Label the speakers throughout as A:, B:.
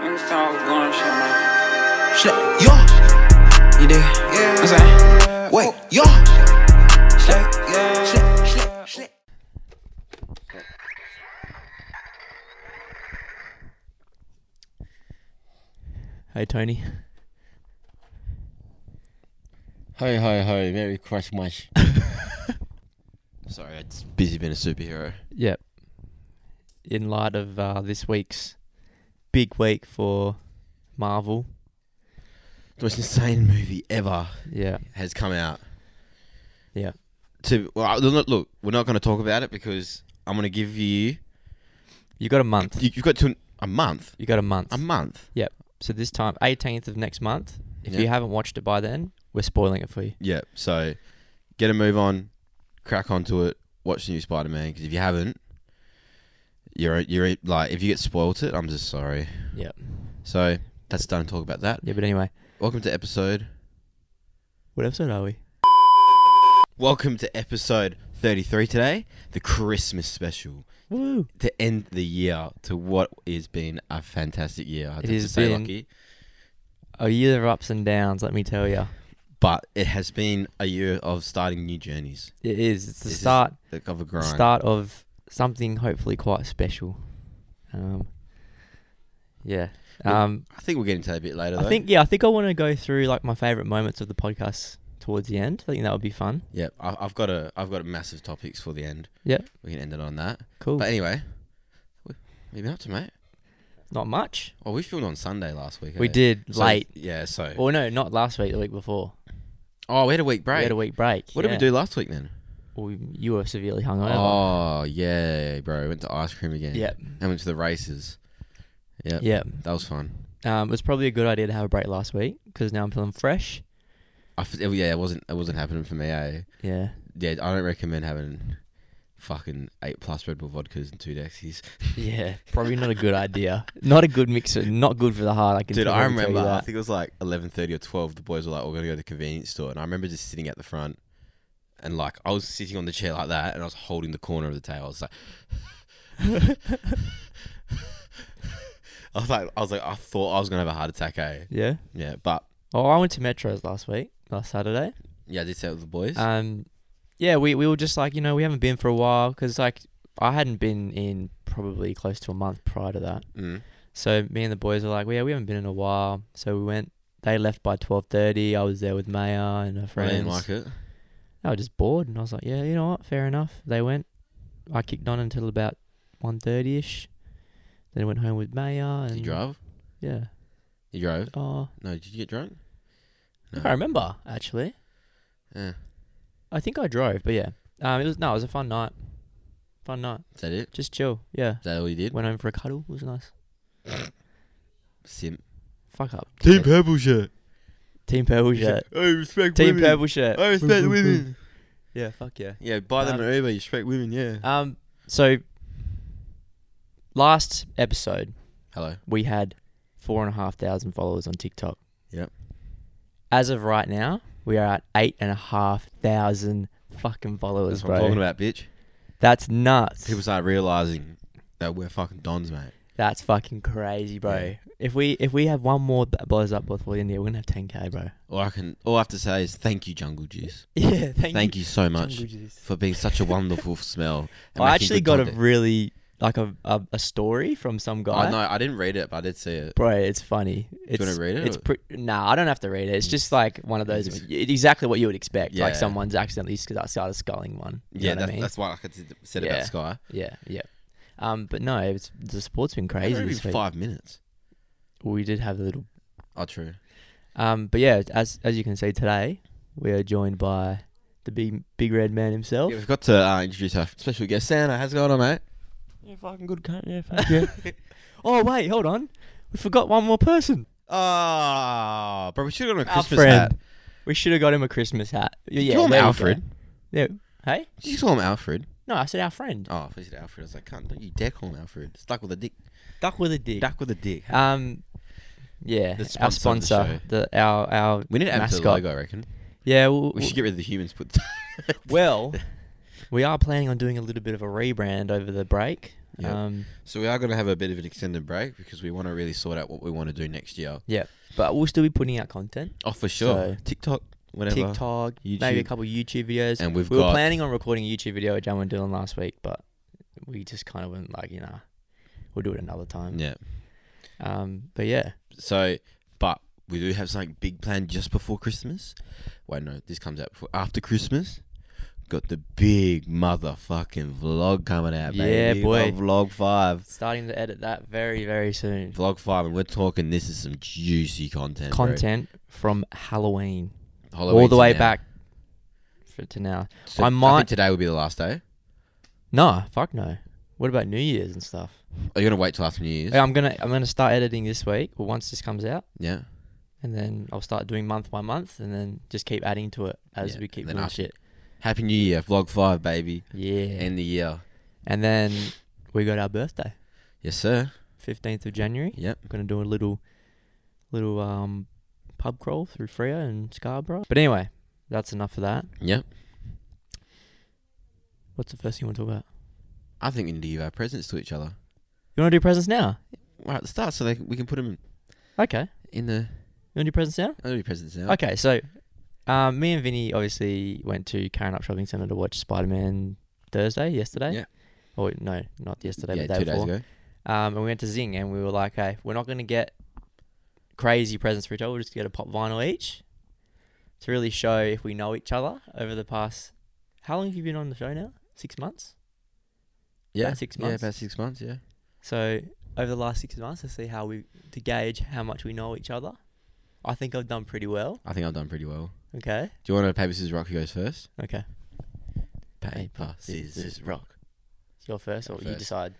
A: Niggas thought I was going and shit, man.
B: Shit, yo. You dig? Yeah. I'm saying, wait, yo. Shit, shit, shit, shit.
C: Hey Tony.
D: Ho ho ho! Merry Christmas. Sorry, it's busy being a superhero.
C: Yep. In light of uh, this week's big week for Marvel.
D: The most insane movie ever
C: Yeah.
D: has come out.
C: Yeah.
D: To well, look, look, we're not going to talk about it because I'm going to give you.
C: You got a month.
D: you- You've got to a month.
C: You got a month.
D: A month.
C: so this time, 18th of next month. If
D: Yeah.
C: you haven't watched it by then, we're spoiling it for you.
D: Yeah. So, get a move on. Crack onto it. Watch the new Spider-Man because if you haven't, you're you're like if you get spoiled it, I'm just sorry.
C: Yep.
D: So that's done. Talk about that.
C: Yeah, but anyway,
D: Welcome to episode.
C: what episode are we?
D: Welcome to episode 33 today, the Christmas special
C: Woo!
D: to end the year to what has been a fantastic year. I
C: It
D: have to
C: has
D: say,
C: been.
D: Lucky,
C: A year of ups and downs, let me tell you.
D: but it has been a year of starting new journeys,
C: It is. It's the
D: This is
C: start
D: like of a
C: the
D: grind.
C: start of something hopefully quite special. Um, yeah.
D: Well,
C: Um,
D: I think we'll get into that a bit later.
C: I
D: though.
C: think yeah, I think I want to go through like my favorite moments of the podcast towards the end. I think that would be fun.
D: Yeah, I, I've got a I've got a massive topics for the end.
C: Yeah.
D: we can end it on that.
C: Cool.
D: But anyway, what have you been up to, mate?
C: Not much.
D: Oh, we filmed on Sunday last week.
C: We
D: eh?
C: did
D: So-
C: late.
D: Yeah. So.
C: Or no, not last week. The week before.
D: oh, we had a week break.
C: We had a week break.
D: What
C: yeah.
D: did we do last week then?
C: Well, you were severely hungover.
D: Oh yeah, bro. Went to ice cream again.
C: Yep.
D: And went to the races. Yeah.
C: Yeah.
D: That was fun.
C: Um, it was probably a good idea to have a break last week because now I'm feeling fresh.
D: I f- yeah, it wasn't it wasn't happening for me. I
C: Yeah.
D: yeah, I don't recommend having fucking eight plus Red Bull vodkas and two Dexies.
C: Yeah. Probably not a good idea. Not a good mixer. Not good for the heart. I can.
D: Dude, I
C: totally tell you
D: remember. I
C: that.
D: think it was like eleven thirty or twelve. The boys were like, "Oh, "We're gonna go to the convenience store," and I remember just sitting at the front, and like I was sitting on the chair like that, and I was holding the corner of the table. I was like, I was like, I was like, I thought I was gonna have a heart attack. Eh?
C: Yeah.
D: Yeah, but
C: Oh, I went to Metros last week, last Saturday.
D: yeah, I did say it with the boys.
C: Um, yeah, we, we were just like, you know, we haven't been for a while because, like, I hadn't been in probably close to a month prior to that.
D: mm.
C: So me and the boys were like, yeah, we haven't been in a while. So we went. They left by 12.30. I was there with Maya and her
D: I
C: friends.
D: didn't like it.
C: I was just bored, and I was like, yeah, you know what? Fair enough. They went. I kicked on until about 1.30ish. Then went home with Maya. And
D: Did you drive?
C: Yeah.
D: You drove?
C: Oh,
D: No, did you get drunk?
C: I can't remember, actually.
D: Yeah.
C: I think I drove, but yeah. Um, it was no, it was a fun night. Fun night.
D: Is that it?
C: Just chill. Yeah.
D: Is that all you did?
C: Went home for a cuddle. It was nice.
D: Sim.
C: Fuck up.
D: Purple shirt.
C: Team Purple shirt.
D: I respect Oh,
C: Team Purple shirt.
D: respect women.
C: Yeah. Fuck yeah.
D: Yeah, buy them
C: Um,
D: an Uber. You respect women, yeah.
C: Um. So last episode
D: Hello.
C: we had four and a half thousand followers on TikTok.
D: Yep.
C: As of right now, we are at eight and a half thousand fucking followers,
D: That's what I'm
C: bro.
D: talking about, bitch.
C: That's nuts.
D: People start realizing that we're fucking dons, mate.
C: That's fucking crazy, bro.
D: Yeah.
C: If we if we have one more that blows up before the end of the year, we're gonna have ten k, bro.
D: All I can, all I have to say is thank you, Jungle Juice.
C: Yeah,
D: Thank, you, so much for being such a wonderful smell. and
C: I
D: making
C: actually
D: good
C: got a
D: content.
C: really like a, a a story from some guy.
D: I know I didn't read it, but I did see it.
C: Bro, it's funny. It's,
D: wanna read it
C: It's
D: or-
C: pre- nah, I don't have to read it. It's just like one of those.
D: It's-
C: It's exactly what you would expect. Like
D: Yeah.
C: someone's accidentally sc- started sculling one. You know
D: Yeah,
C: what
D: that's,
C: I mean?
D: that's why I could s- said
C: Yeah.
D: about Sky.
C: yeah, yeah. Um, but no, it's the sport's been
D: It's
C: crazy.
D: only
C: This
D: been
C: week.
D: five minutes.
C: We did have a little.
D: Oh, true.
C: Um, but yeah, as as you can see today, we are joined by the big big red man himself.
D: Yeah, we've got to uh, introduce our special guest, Santa. How's it going on, mate?
C: Yeah, fucking good cunt. Yeah, fuck yeah. oh wait, hold on. We forgot one more person.
D: Oh, bro, we should have got him a
C: Our
D: Christmas
C: friend.
D: hat.
C: We should have got him a Christmas hat.
D: Did
C: Yeah,
D: you call him
C: there we go.
D: Alfred?
C: Yeah. Hey?
D: Did you call him Alfred?
C: No, I said our friend.
D: Oh, I said Alfred. I was like, cunt, don't you dare call him Alfred. Stuck with a dick.
C: Duck with a dick.
D: Duck with a dick.
C: Um, yeah,
D: The
C: our
D: sponsor of the
C: sponsor, the, our our
D: We need to add to the
C: mascot.
D: logo, I reckon.
C: yeah, well,
D: We should get rid of the humans. Put
C: well, we are planning on doing a little bit of a rebrand over the break.
D: Yep.
C: Um,
D: So we are going to have a bit of an extended break because we want to really sort out what we want to do next year.
C: but we'll still be putting out content.
D: Oh, for sure.
C: So-
D: TikTok, whatever.
C: TikTok, maybe a
D: YouTube.
C: couple YouTube videos.
D: And we've
C: we were
D: got-
C: planning on recording a YouTube video with Jamo and Dylan last week, but we just kind of went like, you know, we'll do it another time.
D: Yeah.
C: Um, but yeah,
D: So, but we do have something big planned just before Christmas. Wait, no, this comes out before after Christmas. Got the big motherfucking vlog coming out,
C: Yeah,
D: baby.
C: boy.
D: Oh, Vlog five.
C: starting to edit that very very soon.
D: Vlog five, and we're talking. This is some juicy content. bro.
C: Content from Halloween, all
D: Halloween
C: the
D: to
C: way
D: now.
C: back for, to now.
D: So
C: I
D: think
C: might-
D: today will be the last day.
C: No, fuck no. What about New Year's and stuff?
D: Are you gonna wait till after New Year's?
C: Hey, I'm gonna I'm gonna start editing this week. Well, once this comes out,
D: Yeah.
C: and then I'll start doing month by month, and then just keep adding to it as
D: Yeah,
C: we keep
D: and then
C: doing
D: after-
C: shit.
D: Happy New Year, vlog five, baby.
C: Yeah.
D: End the year.
C: And then we got our birthday,
D: Yes, sir.
C: fifteenth of January.
D: Yep.
C: We're gonna do a little, little um, pub crawl through Freo and Scarborough. But anyway, that's enough of that.
D: Yep.
C: What's the first thing you want to talk about?
D: I think we need to give our presents to each other
C: You want to do presents now?
D: right at the start, so they, we can put them
C: Okay. You
D: in the.
C: want to do presents now?
D: I'll do presents now.
C: Okay. So, um, me and Vinny obviously went to Karen Up Shopping Centre to watch Spider Man Thursday yesterday.
D: Yeah.
C: Or no, not yesterday,
D: yeah,
C: but the day
D: two
C: before.
D: days ago.
C: Um, and we went to Zing, and we were like, "Hey, we're not going to get crazy presents for each other. We're just going to get a pop vinyl each to really show if we know each other over the past. How long have you been on the show now? Six months.
D: Yeah,
C: six
D: Yeah,
C: months.
D: about six months. Yeah.
C: So over the last six months, to see how we to gauge how much we know each other. I think I've done pretty well.
D: I think I've done pretty well.
C: Okay.
D: Do you want to paper scissors rock? Who goes first?
C: Okay.
D: Paper scissors rock.
C: You're first, or you
D: First.
C: decide.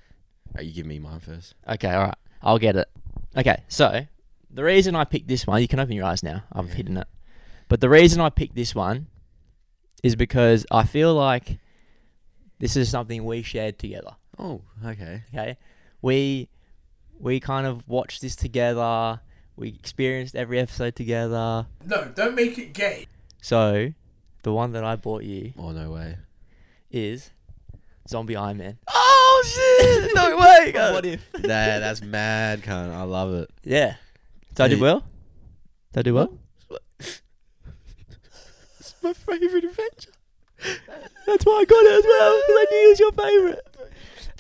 D: Alright, you give me mine first.
C: Okay. All right. I'll get it. Okay. So the reason I picked this one, you can open your eyes now. I've
D: Yeah.
C: hidden it. But the reason I picked this one is because I feel like this is something we shared together.
D: Oh, okay.
C: Okay, we we kind of watched this together. We experienced every episode together.
E: No, don't make it gay.
C: So the one that I bought you
D: Oh no way.
C: is Zombie Iron Man.
D: Oh shit! No way.
C: What if?
D: nah, that's mad, cunt. I love it.
C: Yeah. So I did
D: Hey.
C: well. Did I do well?
D: It's my favorite adventure.
C: That's why I got it as well because I knew it was your favorite.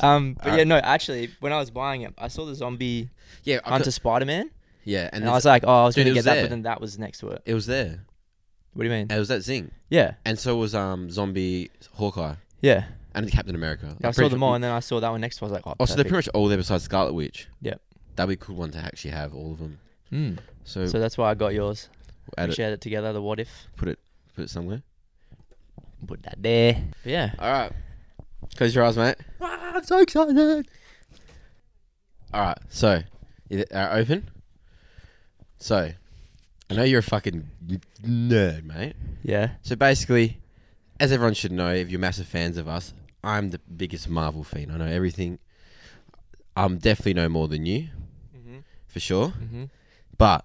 C: Um, but yeah,
D: Alright.
C: no, actually, when I was buying it, I saw the zombie
D: Yeah, I
C: Hunter
D: cou-
C: Spider Man,
D: yeah, and,
C: and I
D: it's-
C: was like, oh, I was
D: Dude,
C: going
D: it
C: to
D: was
C: get that,
D: there.
C: but then that was next to it.
D: it was there.
C: What do you mean?
D: It was that zing,
C: Yeah,
D: and so was um zombie Hawkeye
C: yeah.
D: and Captain America. I'm
C: I
D: pretty
C: saw them
D: sure-
C: all, and then I saw that one next to it. I was like, oh,
D: Oh, so they're
C: perfect.
D: pretty much all there besides Scarlet Witch.
C: Yep.
D: That'd be a cool one to actually have all of them.
C: Mm.
D: So,
C: So that's why I got yours.
D: add
C: we
D: Hmm. it,
C: shared it together. The what if?
D: put it, put it somewhere.
C: Put that there. But yeah.
D: All right. Close your eyes, mate.
C: Ah, I'm so excited.
D: All right. So, is it, uh, open. So, I know you're a fucking nerd, mate.
C: Yeah.
D: So basically, as everyone should know, if you're massive fans of us, I'm the biggest Marvel fan. I know everything. I'm definitely no more than you,
C: Mhm.
D: for sure.
C: Mhm.
D: But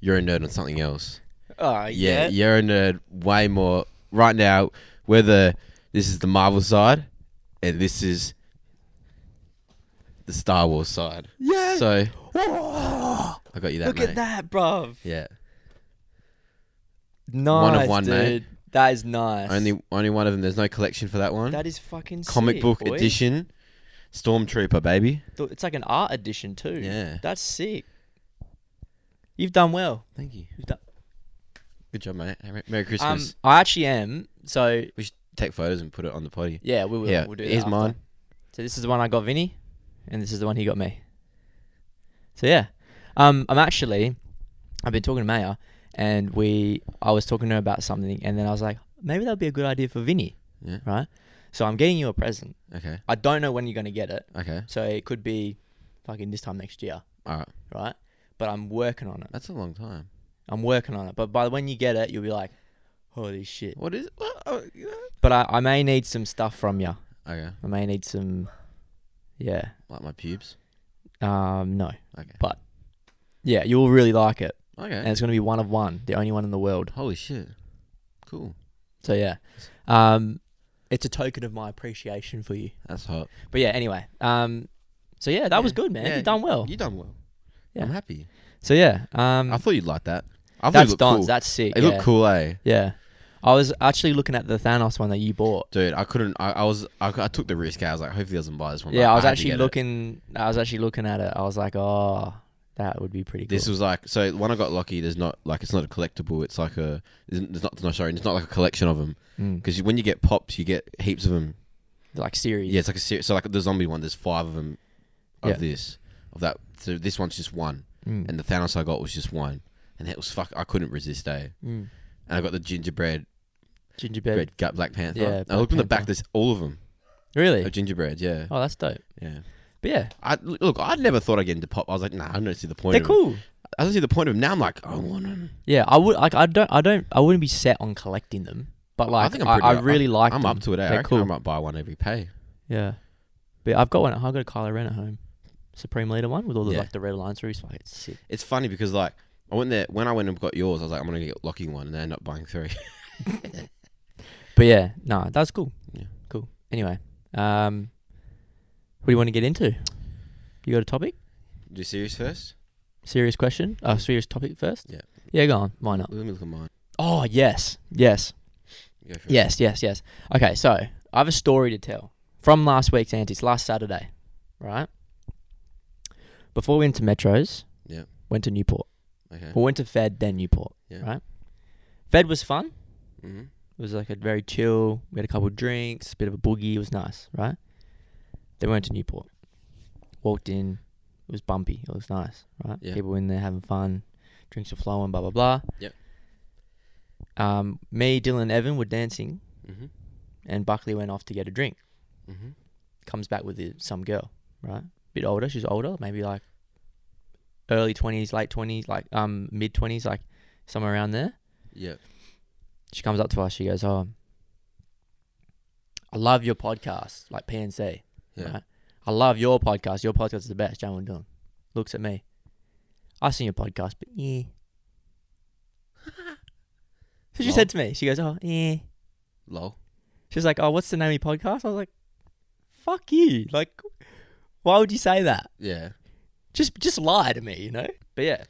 D: you're a nerd on something else.
C: Oh
D: Yeah, you're a nerd way more right now. Whether this is the Marvel side, and this is the Star Wars side.
C: Yeah.
D: So
C: Whoa,
D: I got you that.
C: look
D: mate.
C: at that, bruv.
D: Yeah.
C: Nice,
D: of one,
C: dude.
D: mate.
C: That is nice.
D: Only only one of them. There's no collection for that one.
C: that is fucking
D: Comic
C: sick,
D: book
C: boy.
D: edition, Stormtrooper baby.
C: Th- It's like an art edition too.
D: Yeah.
C: That's sick. You've done well.
D: Thank you.
C: You've done.
D: Good job, mate. Hey, Mer- Merry
C: Um,
D: Christmas.
C: I actually am. So
D: we should take photos and put it on the potty.
C: yeah, we will.
D: yeah,
C: we'll do that
D: here's
C: after.
D: mine.
C: So this is the one I got Vinny, and this is the one he got me. So yeah, um, I'm actually, I've been talking to Maya, and we, I was talking to her about something, and then I was like, maybe that'd be a good idea for Vinny,
D: Yeah.
C: right? So I'm getting you a present.
D: Okay.
C: I don't know when you're gonna get it,
D: Okay.
C: so it could be, fucking this time next year,
D: All right.
C: right? But I'm working on it.
D: That's a long time.
C: I'm working on it. But by the when you get it, you'll be like, holy shit.
D: What is? What? Oh, yeah.
C: But I, I may need some stuff from you.
D: Okay.
C: I may need some, yeah.
D: Like my pubes.
C: Um, no.
D: Okay.
C: But yeah, you'll really like it. And
D: Okay.
C: it's going to be one of one, the only one in the world.
D: Holy shit. Cool.
C: So yeah. Um, it's a token of my appreciation for you.
D: That's hot.
C: But yeah, anyway. Um, so yeah, that was good, man.
D: Yeah,
C: You done well.
D: You done well.
C: Yeah.
D: I'm happy.
C: So yeah, um,
D: I thought you'd like that. I thought it
C: that's
D: looked
C: Don's.
D: Cool.
C: That's sick.
D: it
C: yeah.
D: looked cool, eh?
C: Yeah, I was actually looking at the Thanos one that you bought.
D: Dude, I couldn't. I, I was. I, I took the risk. eh? I was like, hopefully, he doesn't buy this one. but
C: Yeah, I was
D: had to
C: actually
D: get it.
C: looking. I was actually looking at it. I was like, oh, that would be pretty. Cool.
D: This was like so. When I got lucky, there's not like it's not a collectible. It's like a there's not no sorry. It's not like a collection of them
C: Mm.
D: because when you get pops, you get heaps of them.
C: like series.
D: Yeah, it's like a series. So like the zombie one, there's five of them of
C: Yeah.
D: this of that. So this one's just one,
C: Mm.
D: and the Thanos I got was just one, and it was fuck. I couldn't resist, eh?
C: Mm.
D: And I got the gingerbread
C: Gingerbread.
D: bread gut Black Panther.
C: Yeah,
D: I
C: Black
D: looked in the back.
C: Panther.
D: There's all of them
C: Really?
D: of gingerbread. Yeah,
C: Oh, that's dope.
D: yeah.
C: But yeah,
D: I look. I never thought I'd get into pop. I was like, nah, I don't see the point.
C: they're
D: of 'em.
C: cool.
D: I don't see the point of them. Now I'm like, I want them.
C: Yeah, I would like. I don't. I don't. I wouldn't be set on collecting them. But like, I,
D: think I'm
C: I,
D: pretty-
C: really like.
D: I'm up to it. eh? I
C: They're
D: reckon I
C: cool.
D: might buy one every pay.
C: Yeah, but I've got one. I've got a Kylo Ren at home, Supreme Leader one with all the
D: Yeah.
C: like the red lines through. It's like it's sick.
D: It's funny because like I went there when I went and got yours. I was like, I'm gonna get lucky one, and I ended up buying three.
C: But yeah, no, nah, that's cool.
D: Yeah.
C: Cool. Anyway, um, what do you want to get into? You got a topic?
D: Do serious first.
C: Serious question? Uh, serious topic first?
D: Yeah.
C: Yeah, go on. Why not?
D: Let me look at mine.
C: Oh yes, yes,
D: You go first.
C: yes, yes, yes. Okay, so I have a story to tell from last week's antics, last Saturday, right? Before we went to metros,
D: Yeah.
C: went to Newport.
D: Okay.
C: We went to Fed, then Newport.
D: Yeah.
C: Right. Fed was fun.
D: hmm
C: It was like a very chill. We had a couple of drinks, bit of a boogie. It was nice, right? Then we went to Newport. Walked in. It was bumpy. It was nice, right?
D: Yeah.
C: People were in there having fun. Drinks were flowing, blah, blah, blah.
D: Yep.
C: Um, me, Dylan, and Evan were dancing,
D: hmm
C: and Buckley went off to get a drink.
D: hmm
C: Comes back with the- some girl, right? Bit older. She's older, maybe like early 20s, late 20s, like um mid 20s, like somewhere around there.
D: Yeah.
C: she comes up to us. She goes, "Oh, I love your podcast, like PNC.
D: Yeah.
C: Right? I love your podcast. Your podcast is the best." Jamin Dunn looks at me. I seen your podcast, but yeah. so she
D: Lol.
C: said to me, "She goes, oh yeah."
D: Lol.
C: She's like, "Oh, what's the name of your podcast?" I was like, "Fuck you! Like, why would you say that?
D: Yeah.
C: Just just lie to me, you know?" But yeah,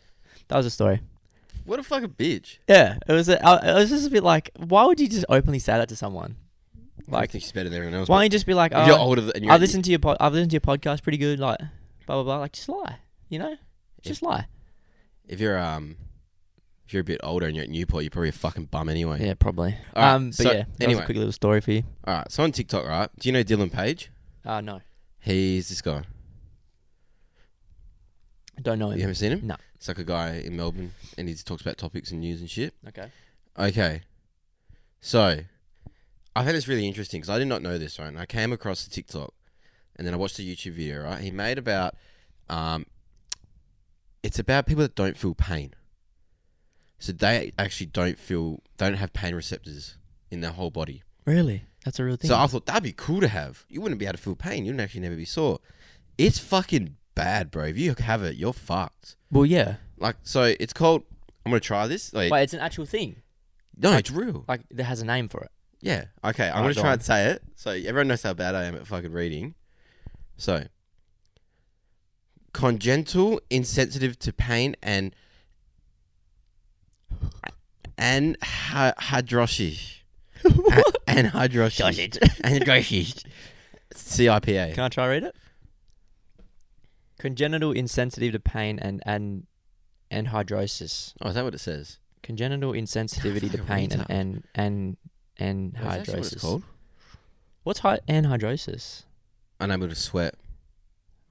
C: that was a story.
D: What a fucking bitch.
C: Yeah, it was. A, I, it was just a bit like, why would you just openly say that to someone?
D: I
C: Like,
D: think she's better than everyone else.
C: Why don't you just be like,
D: If you're
C: oh,
D: older than you're.
C: I've listened to your pod- I've listened to your podcast pretty good, like blah blah blah. Like just lie, you know, just lie.
D: If you're um, if you're a bit older and you're at Newport, you're probably a fucking bum anyway.
C: Yeah, probably.
D: All right,
C: um, but
D: so
C: yeah, that was
D: anyway.
C: a quick little story for you.
D: All right. So on TikTok, right? Do you know Dylan Page?
C: Uh no,
D: He's this guy.
C: I don't know him.
D: You haven't seen him?
C: No.
D: It's like a guy in Melbourne, and he talks about topics and news and shit.
C: Okay.
D: Okay. So, I found this really interesting because I did not know this, right? And I came across the TikTok and then I watched the YouTube video, right? He made about, um, it's about people that don't feel pain. So, they actually don't feel, don't have pain receptors in their whole body.
C: Really, that's a real thing.
D: So, I thought that'd be cool to have. You wouldn't be able to feel pain. You'd actually never be sore. It's fucking bad, bro. If you have it, you're fucked.
C: well, yeah.
D: Like, so it's called, I'm going to try this. Like,
C: Wait, it's an actual thing.
D: no, it's real.
C: Like it has a name for it.
D: Yeah. Okay. I'm
C: Alright,
D: gonna
C: go
D: try
C: on.
D: and say it so everyone knows how bad I am at fucking reading. So, congenital, insensitive to pain, and and hydrosis. And hydrosis. Anhydrosis. CIPA.
C: Can I try read it? Congenital insensitive to pain and and anhydrosis.
D: Oh, is that what it says?
C: Congenital insensitivity to
D: Fucking
C: pain
D: retard.
C: and and and
D: Oh, is that actually what it's
C: anhydrosis.
D: called?
C: What's hy- anhydrosis?
D: Unable to sweat.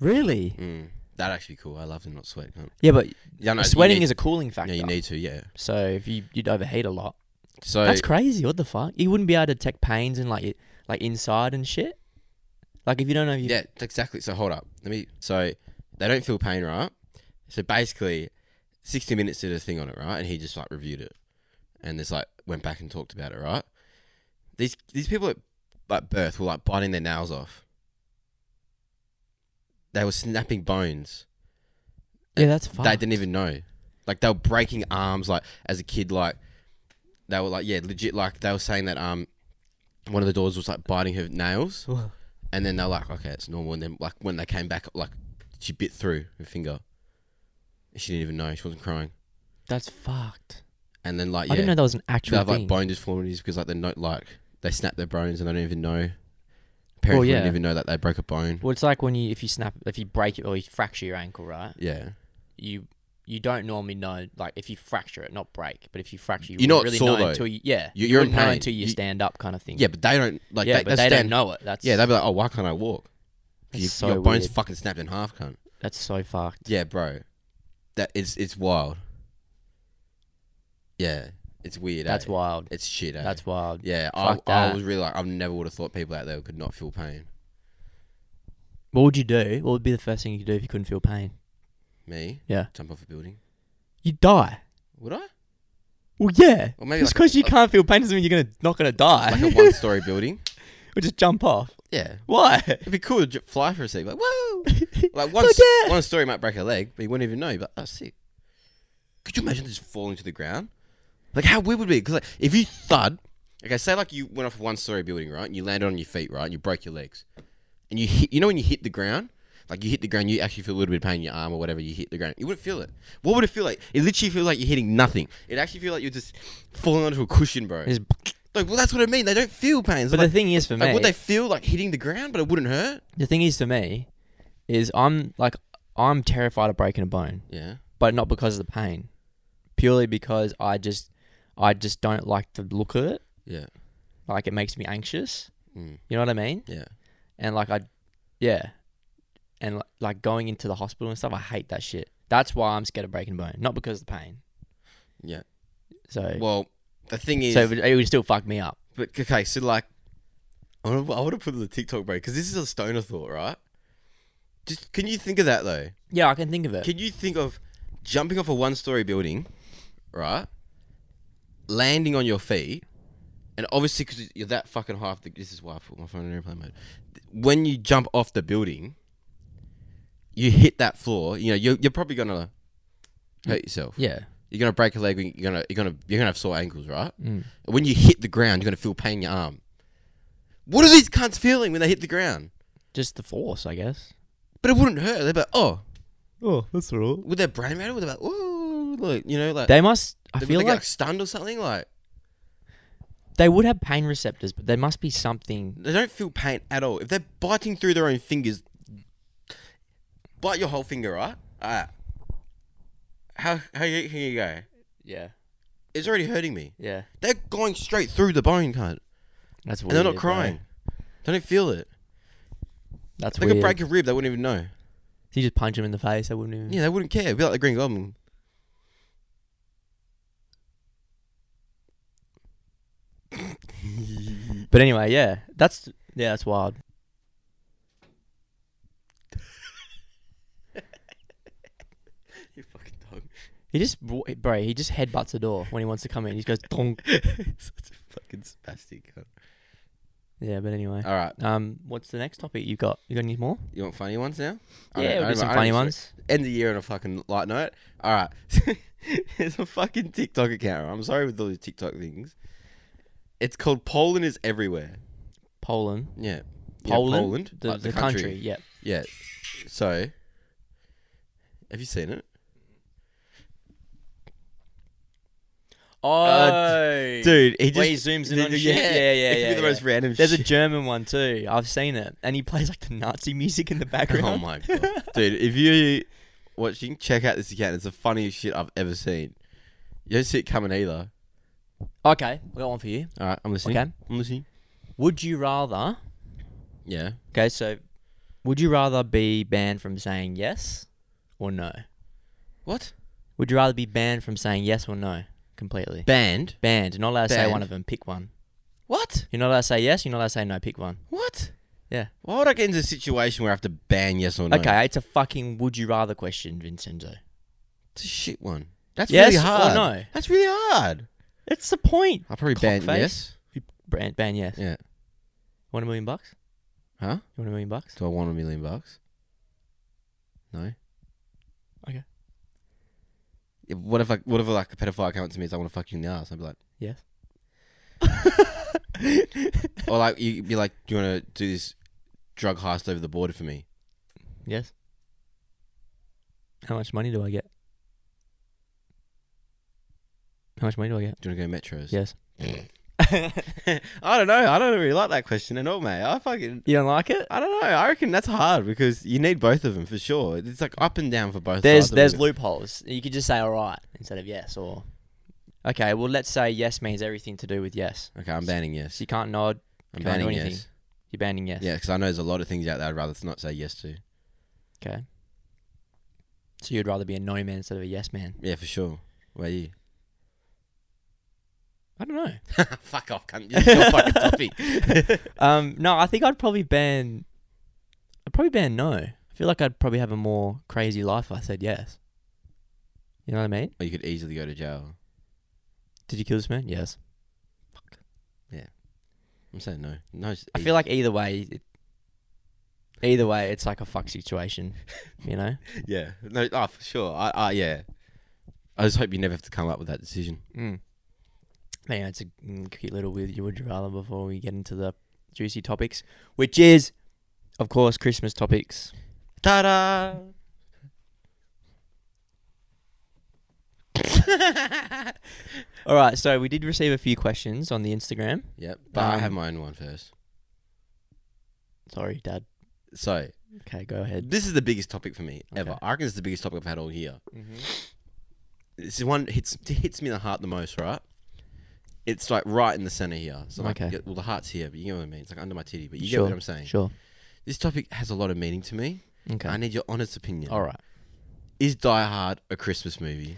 C: Really?
D: Mm. That'd actually be cool. I love to not sweat. cunt.
C: Yeah, but
D: Yeah, no, you
C: sweating
D: need-
C: is a cooling factor.
D: Yeah, you need Oh, to. Yeah.
C: so if you you'd overheat a lot,
D: So
C: that's crazy. What the fuck? You wouldn't be able to detect pains and like it, like inside and shit. Like if you don't know, if you,
D: Yeah, exactly. So hold up. Let me. So they don't feel pain, right? So basically, sixty minutes did a thing on it, right? And he just like reviewed it, and this like went back and talked about it, right? These these people at like birth were like biting their nails off. They were snapping bones.
C: yeah, that's
D: They
C: fucked.
D: didn't even know. Like they were breaking arms. Like as a kid, like they were like yeah, legit. Like they were saying that um, one of the doors was like biting her nails, and then they're like, okay, it's normal. And then like when they came back, like she bit through her finger. She didn't even know she wasn't crying.
C: That's fucked.
D: And then like
C: I
D: yeah,
C: didn't know that was an
D: they
C: actual
D: have like
C: thing.
D: bone deformities because like they're not like they snap their bones and they don't even know. Parents
C: Well,
D: wouldn't
C: yeah.
D: even know that they broke a bone.
C: well, it's like when you if you snap if you break it or you fracture your ankle, right?
D: Yeah,
C: You you don't normally know like if you fracture it, not break, but if you fracture, you,
D: You know
C: wouldn't
D: it's
C: really
D: sore,
C: know
D: though.
C: until you yeah
D: You- you're in
C: wouldn't know
D: pain.
C: until you,
D: You-
C: stand up kind of thing.
D: yeah, but they don't like.
C: yeah,
D: they,
C: but they don't know it. That's
D: Yeah, they'd be like, "Oh, why can't I walk?
C: that's
D: You-
C: so
D: your bones
C: weird.
D: fucking snapped in half, cunt."
C: that's so fucked.
D: Yeah, bro. That it's it's wild. Yeah, it's weird.
C: that's
D: eh?
C: wild.
D: It's shit. Eh?
C: That's wild.
D: yeah. I,
C: fuck
D: I
C: that.
D: was really like, I never would have thought people out there could not feel pain.
C: What would you do? What would be the first thing you do if you couldn't feel pain?
D: Me,
C: Yeah,
D: jump off a building.
C: you die.
D: Would I?
C: Well, yeah.
D: Or maybe
C: Just
D: like a-
C: because you
D: a-
C: can't feel pain doesn't mean you're gonna not gonna die.
D: Like a one-story building.
C: or just jump off.
D: Yeah,
C: Why?
D: it'd be cool to j- fly for a sec. Like whoa. Like
C: Oh,
D: one s-
C: yeah.
D: one story might break a leg, but you wouldn't even know. You'd be like, oh, sick. Could you imagine just falling to the ground? Like how weird would it be? Because like, if you thud, okay, say like you went off a one story building, right? And you landed on your feet, right? And you broke your legs, and you hit. You know when you hit the ground. Like you hit the ground, you actually feel a little bit of pain in your arm or whatever. You hit the ground, you wouldn't feel it. What would it feel like? It literally feels like you're hitting nothing. It actually feels like you're just falling onto a cushion, bro.
C: Just-
D: Like, well, that's what I mean. They don't feel pain. It's
C: But
D: like,
C: the thing is for
D: like,
C: me,
D: would they feel like hitting the ground, but it wouldn't hurt?
C: the thing is for me, is I'm like I'm terrified of breaking a bone,
D: Yeah.
C: but not because of the pain, purely because I just I just don't like the look of it.
D: Yeah.
C: Like it makes me anxious.
D: Mm.
C: You know what I mean?
D: Yeah.
C: And like I, yeah, and like, like going into the hospital and stuff, I hate that shit. That's why I'm scared of breaking a bone, not because of the pain.
D: Yeah.
C: So
D: Well, the thing is,
C: so it would, it would still fuck me up.
D: but okay, so like, I want to I wanna put it on the TikTok break because this is a stoner thought, right? Just can you think of that though?
C: Yeah, I can think of it.
D: Can you think of jumping off a one-story building, right? Landing on your feet, and obviously because you're that fucking high. off The, this is why I put my phone in airplane mode. When you jump off the building, you hit that floor. You know you're, you're probably gonna hurt yourself.
C: yeah.
D: You're gonna break a leg. You're gonna you're gonna you're gonna have sore ankles, right?
C: Mm.
D: When you hit the ground, you're gonna feel pain in your arm. What are these cunts feeling when they hit the ground?
C: Just the force, I guess.
D: But it wouldn't hurt. They're like, oh,
C: Oh, that's all.
D: would their brain matter? Would they be like, ooh, like you know, like
C: They must. I
D: would
C: feel
D: they
C: like,
D: get, like stunned or something. Like
C: they would have pain receptors, but there must be something.
D: they don't feel pain at all. If they're biting through their own fingers, bite your whole finger, right? Ah, how how you- can you go?
C: Yeah,
D: It's already hurting me.
C: yeah.
D: They're going straight through the bone, cunt,
C: That's weird.
D: and they're
C: bro.
D: not crying. They don't feel it.
C: That's
D: They
C: weird.
D: could break a rib, they wouldn't even know.
C: So you just punch him in the face. I wouldn't even.
D: Yeah, they wouldn't care. It'd be like the Green Goblin.
C: But anyway, yeah. That's yeah. That's wild.
D: You fucking dog.
C: He just bro. He just headbutts the door when he wants to come in. He just goes donk.
D: Such a fucking spastic.
C: Yeah. But anyway.
D: All right,
C: Um. What's the next topic you got? You got any more?
D: you want funny ones now? I
C: Yeah,
D: don't-
C: we'll
D: I
C: do some
D: don't- I don't
C: funny
D: even-
C: ones.
D: End the year on a fucking light note. All right, there's a fucking TikTok account. right? I'm sorry with all these TikTok things. It's called Poland is everywhere.
C: Poland.
D: Yeah, Yeah,
C: Poland.
D: Poland,
C: The,
D: like
C: the country. Yeah.
D: Yeah. So, have you seen it,
C: Oh.
D: dude? He just
C: Where he zooms in on shit? Yeah, yeah,
D: it could
C: yeah,
D: be the
C: yeah.
D: most random.
C: There's a
D: shit.
C: German one too. I've seen it, and he plays like the Nazi music in the background.
D: Oh my god, dude! If you watching, check out this account. It's the funniest shit I've ever seen. You don't see it coming either.
C: Okay, we got one for you.
D: All right, I'm listening.
C: Okay.
D: I'm listening.
C: Would you rather?
D: Yeah.
C: Okay, so would you rather be banned from saying yes or no?
D: What?
C: Would you rather be banned from saying yes or no completely?
D: Band.
C: Banned. Not allowed to say one
D: Banned.
C: of them. Pick one.
D: What?
C: You're not allowed to say yes. You're not allowed to say no. Pick one.
D: What?
C: Yeah.
D: Why would I get into a situation where I have to ban yes or no?
C: Okay, it's a fucking would you rather question, Vincenzo.
D: It's a shit one. That's
C: Yes
D: really
C: or
D: hard.
C: no?
D: That's really hard.
C: It's the point.
D: I'll probably ban
C: Cockface.
D: yes.
C: You Ban, ban yes.
D: Yeah.
C: Want a million bucks?
D: Huh?
C: You want a million bucks?
D: Do I want a million bucks? No.
C: Okay.
D: Yeah, What if I, what if like a pedophile came up to me and said I want to fuck you in the ass? I'd be like,
C: Yes. Oh,
D: or like you'd be like, "Do you want to do this drug heist over the border for me?"
C: Yes. How much money do I get? How much money do I get?
D: Do you want to go metros?
C: Yes.
D: I don't know. I don't really like that question at all, mate. I fucking
C: You don't like it?
D: I don't know. I reckon that's hard because you need both of them for sure. It's like up and down for both.
C: There's
D: sides of
C: there's
D: it.
C: loopholes. You could just say all right instead of yes or okay. Well, let's say yes means everything to do with yes.
D: okay. I'm banning yes.
C: So you can't nod.
D: I'm
C: can't
D: banning
C: do anything.
D: yes.
C: You're banning yes.
D: Yeah, because I know there's a lot of things out there I'd rather not say yes to.
C: Okay. So you'd rather be a no man instead of a yes man.
D: Yeah, for sure. Where are you?
C: I don't know.
D: Fuck off, cunt. This is your fucking topic.
C: Um, no, I think I'd probably ban. I'd probably ban no. I feel like I'd probably have a more crazy life if I said yes. You know what I mean?
D: Or you could easily go to jail.
C: Did you kill this man? Yes.
D: I'm saying no. No. it's
C: I
D: easy.
C: feel like either way, it, either way, it's like a fuck situation. You know?
D: Yeah. No. Oh, for sure. I. I. Yeah. I just hope you never have to come up with that decision.
C: Mm. Man, it's a mm, cute little with you would you rather before we get into the juicy topics, which is, of course, Christmas topics.
D: Ta da!
C: All right, so we did receive a few questions on the Instagram.
D: Yep. But
C: Um,
D: I have my own one first.
C: Sorry, Dad.
D: So
C: Okay, go ahead.
D: this is the biggest topic for me ever.
C: Okay. Mm-hmm.
D: I reckon it's the biggest topic I've had all year. This is one hits hits me in the heart the most, right? It's like right in the center here. So like,
C: Okay.
D: yeah, well, the heart's here, but you know what I mean. It's like under my titty, but you
C: sure,
D: get what I'm saying.
C: Sure.
D: This topic has a lot of meaning to me.
C: Okay.
D: I need your honest opinion.
C: All right.
D: Is Die Hard a Christmas movie?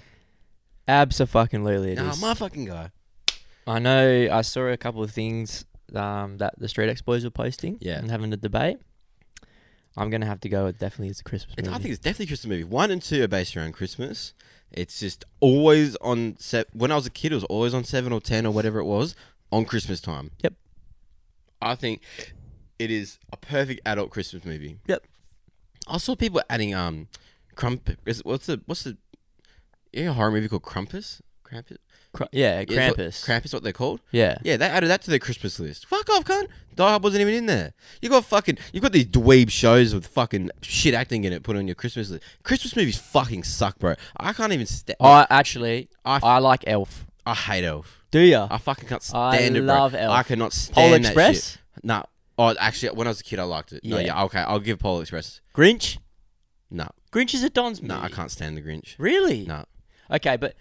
C: Absolutely, it
D: nah,
C: is.
D: my fucking guy.
C: I know. I saw a couple of things um, that the Street X boys were posting.
D: Yeah.
C: And having a debate. I'm gonna have to go. with definitely, it's a Christmas
D: It's,
C: movie.
D: I think it's definitely a Christmas movie. One and two are based around Christmas. It's just always on set. When I was a kid, it was always on seven or ten or whatever it was on Christmas time.
C: Yep.
D: I think it is a perfect adult Christmas movie.
C: Yep.
D: I saw people adding um, crump. Is, what's the what's the yeah horror movie called Crumpus? Krampus.
C: Cra- yeah,
D: Yeah, it's what-
C: Krampus.
D: Krampus, what they're called.
C: yeah.
D: Yeah, they added that to their Christmas list. Fuck off, cunt. Die Hard wasn't even in there. You got fucking, you got these dweeb shows with fucking shit acting in it put on your Christmas list. Christmas movies fucking suck, bro. I can't even stand.
C: I actually,
D: I
C: I
D: f-
C: like Elf.
D: I hate Elf.
C: Do ya?
D: I fucking can't
C: I
D: stand it, bro.
C: love Elf.
D: I cannot stand
C: Pole
D: that
C: Express?
D: shit. Nah. Oh, actually, when I was a kid, I liked it. No,
C: Yeah.
D: yeah, okay, I'll give Pole Express.
C: Grinch.
D: No,
C: Grinch is a Don's movie.
D: no, I can't stand the Grinch.
C: Really?
D: No.
C: Okay, but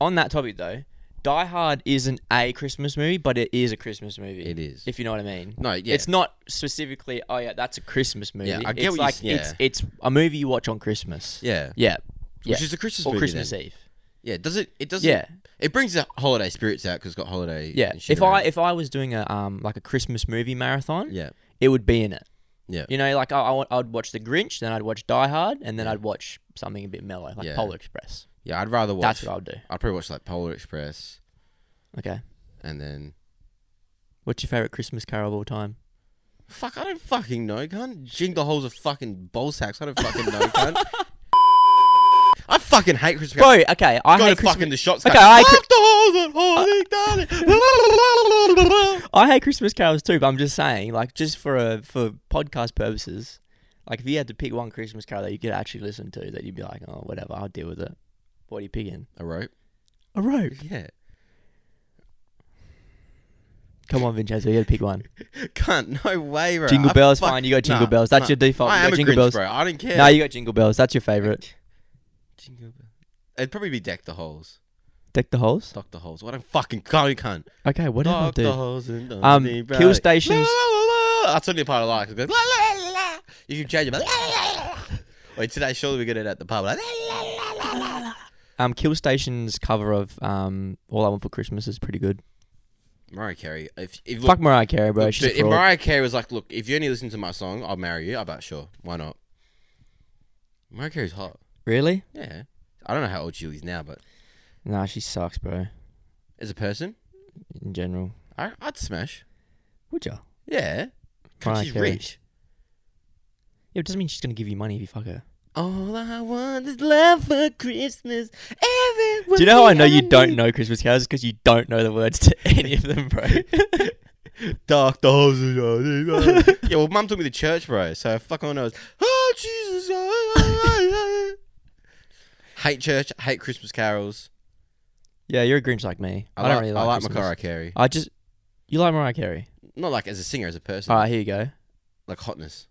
C: on that topic though, Die Hard isn't a Christmas movie, but it is a Christmas movie.
D: It is.
C: If you know what I mean.
D: No, yeah.
C: It's not specifically. Oh yeah, that's a Christmas movie.
D: Yeah, I get
C: it's
D: what you
C: like
D: s- yeah.
C: it's it's a movie you watch on Christmas.
D: Yeah.
C: Yeah.
D: Which
C: yeah.
D: is a Christmas
C: or
D: movie
C: Christmas
D: then.
C: Eve.
D: Yeah, does it? It doesn't.
C: Yeah.
D: it brings the holiday spirits out because it's got holiday.
C: Yeah.
D: and shit
C: If I
D: around.
C: if I was doing a um like a Christmas movie marathon,
D: yeah,
C: it would be in it.
D: yeah,
C: You know, like I, I want, I'd watch The Grinch, then I'd watch Die Hard, and then I'd watch something a bit mellow, like
D: Yeah.
C: Polar Express.
D: yeah, I'd rather watch.
C: That's what I would do.
D: I'd probably watch like Polar Express
C: Okay.
D: and then
C: What's your favorite Christmas carol of all time?
D: fuck, I don't fucking know, cunt. Jingle holes are fucking bowl sacks. I don't fucking know, cunt. I fucking hate Christmas.
C: Bro, okay, I
D: Go
C: hate
D: to
C: Christmas.
D: fucking the shops.
C: Okay,
D: cunt.
C: I-
D: Fuck the holes and
C: Uh,
D: holy darling.
C: I hate Christmas carols too, but I'm just saying, like, just for a for podcast purposes, like, if you had to pick one Christmas carol that you could actually listen to, that you'd be like, oh, whatever, I'll deal with it. What are you picking?
D: A rope.
C: A rope.
D: Yeah,
C: Come on, Vincenzo, you got to pick one.
D: cunt. No way, bro.
C: Jingle
D: I
C: bells,
D: fuck-
C: fine. You go jingle
D: Nah,
C: bells. That's
D: nah.
C: your default.
D: I
C: you
D: am
C: go
D: a
C: jingle
D: Grinch,
C: bells.
D: bro. I don't care.
C: No, you got jingle bells. That's your favorite.
D: Jingle bell. It'd probably be deck the holes.
C: Deck the holes.
D: Dock the holes. What a fucking cunt, cunt.
C: Okay, what did I
D: Dock the
C: do?
D: holes and
C: Um,
D: Anthony
C: kill
D: Bradley.
C: stations.
D: La, la, la, la. That's only a part of life. It goes, la, la, la, la. You can change it. but La, la, la, la. Wait, today surely we get it at the pub. Like, la, la, la, la, la, la.
C: Um, Kill Station's cover of um, All I Want for Christmas is pretty good.
D: Mariah Carey. If, if
C: Fuck Mariah Carey, bro.
D: look,
C: She's a
D: if
C: fraud.
D: Mariah Carey was like, look, if you only listen to my song, I'll marry you. I bet sure. Why not? Mariah Carey's hot.
C: really?
D: Yeah. I don't know how old she is now, but
C: Nah, she sucks, bro.
D: as a person,
C: In general,
D: I, I'd smash.
C: would ya?
D: Yeah. 'Cause
C: Mariah
D: she's
C: Carey.
D: rich.
C: Yeah, it doesn't mean she's gonna give you money if you fuck her.
D: All I want is love for Christmas. Everyone
C: Do you know how I know you
D: need.
C: don't know Christmas carols? Because you don't know the words to any of them, bro.
D: Dark doors. yeah, well, mum took me to church, bro. So fuck on knows. Oh Jesus! oh, oh, oh." hate church. Hate Christmas carols.
C: Yeah, you're a Grinch like me. I,
D: I,
C: don't
D: like,
C: really
D: I
C: like.
D: like
C: Christmas.
D: Mariah Carey.
C: I just you like Mariah Carey.
D: Not like as a singer, as a person.
C: All right, here you go.
D: Like hotness.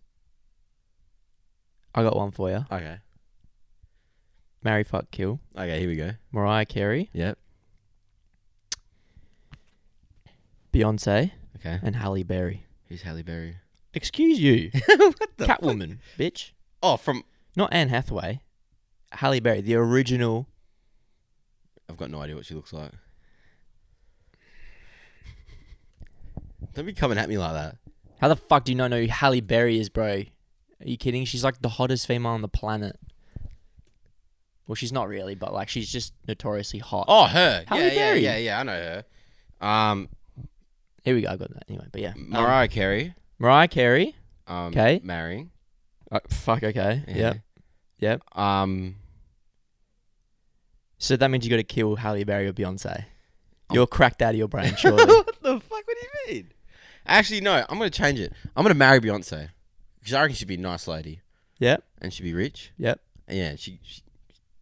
C: I got one for you.
D: Okay.
C: Marry, fuck, kill.
D: Okay. Here we go.
C: Mariah Carey,
D: Yep.
C: Beyonce,
D: Okay.
C: and Halle Berry.
D: Who's Halle Berry?
C: Excuse you,
D: The
C: Catwoman, bitch.
D: Oh, from
C: Not Anne Hathaway. Halle Berry, the original.
D: I've got no idea what she looks like. Don't be coming at me like that.
C: How the fuck do you not know who Halle Berry is, bro? Are you kidding? She's like the hottest female on the planet. Well, she's not really, but like she's just notoriously hot.
D: Oh, her.
C: Halle
D: yeah,
C: Berry.
D: yeah, yeah, yeah. I know her. Um,
C: Here we go. I got that anyway. But yeah, Um,
D: Mariah Carey.
C: Mariah Carey.
D: Um,
C: 'Kay.
D: Marrying.
C: Oh, fuck. Okay.
D: Yeah.
C: Yep. Yep.
D: Um,
C: So that means you got to kill Halle Berry or Beyonce. You're cracked out of your brain, surely.
D: the fuck? What do you mean? Actually, no. I'm gonna change it. I'm gonna marry Beyonce because I reckon she'd be a nice lady
C: yep.
D: and she'd be rich.
C: Yep.
D: Yeah, she, she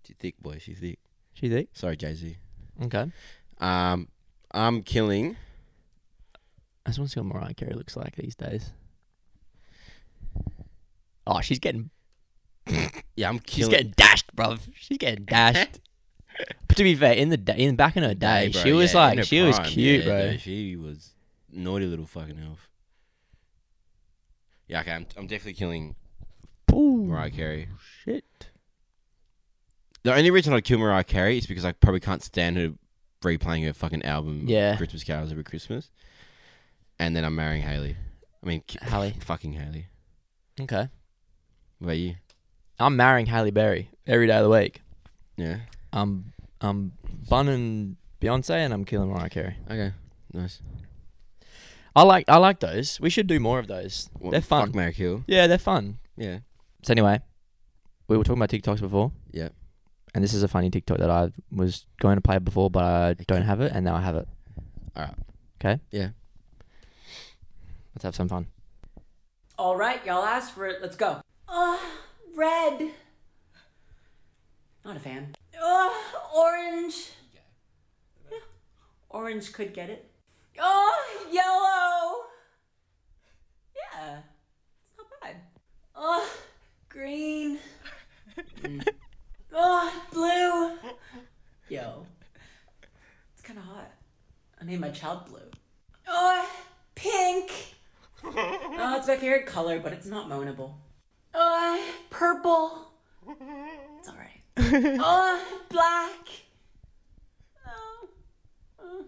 D: she's thick, boy. She's thick.
C: She think?
D: Sorry, Jay Z.
C: Okay.
D: Um, I'm killing.
C: I just want to see what Mariah Carey looks like these days. Oh, she's getting
D: Yeah, I'm
C: she's
D: killing.
C: getting dashed, bruv. She's getting dashed. but to be fair, in the da- in back in her day,
D: bro,
C: she was
D: yeah,
C: like
D: in her
C: she was
D: prime,
C: cute,
D: yeah,
C: bro.
D: no, she was naughty little fucking elf. Yeah, okay, I'm, I'm definitely killing
C: Ooh,
D: Mariah Carey.
C: Shit.
D: The only reason I'd kill Mariah Carey is because I probably can't stand her replaying her fucking album,
C: Yeah.
D: Christmas Carols every Christmas. And then I'm marrying Haley. I mean, ki-
C: Halle.
D: fucking Haley.
C: Okay.
D: What about you?
C: I'm marrying Halle Berry every day of the week.
D: Yeah.
C: I'm I'm bunning Beyonce and I'm killing Mariah Carey.
D: Okay. Nice.
C: I like I like those. We should do more of those.
D: Well,
C: they're fun.
D: Fuck Mary Kill.
C: Yeah, they're fun.
D: Yeah.
C: So anyway, we were talking about TikToks before,
D: Yeah.
C: and this is a funny TikTok that I was going to play before, but I don't have it, and now I have it.
D: All right.
C: Okay,
D: Yeah.
C: let's have some fun.
E: All right, y'all asked for it. Let's go. Ugh, Uh, red. Not a fan. Ugh, orange. Yeah, Orange could get it. Oh, yellow. Yeah, it's not bad. Ugh, Uh, green. Mm. Ugh, blue. Yo, it's kind of hot. I named my child blue. Ugh, Uh, pink. Oh, it's my favorite color, but it's not moanable. Uh, purple. It's alright. Oh, black. Oh, oh.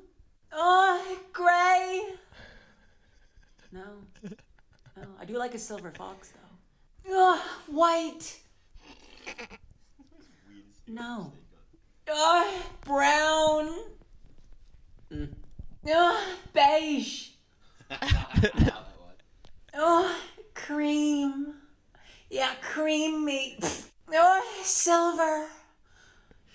E: oh, gray. No. No, I do like a silver fox, though. Oh, white. No. Oh, brown. Mm. Oh, beige. Oh, cream. Yeah, cream meat. Oh, silver.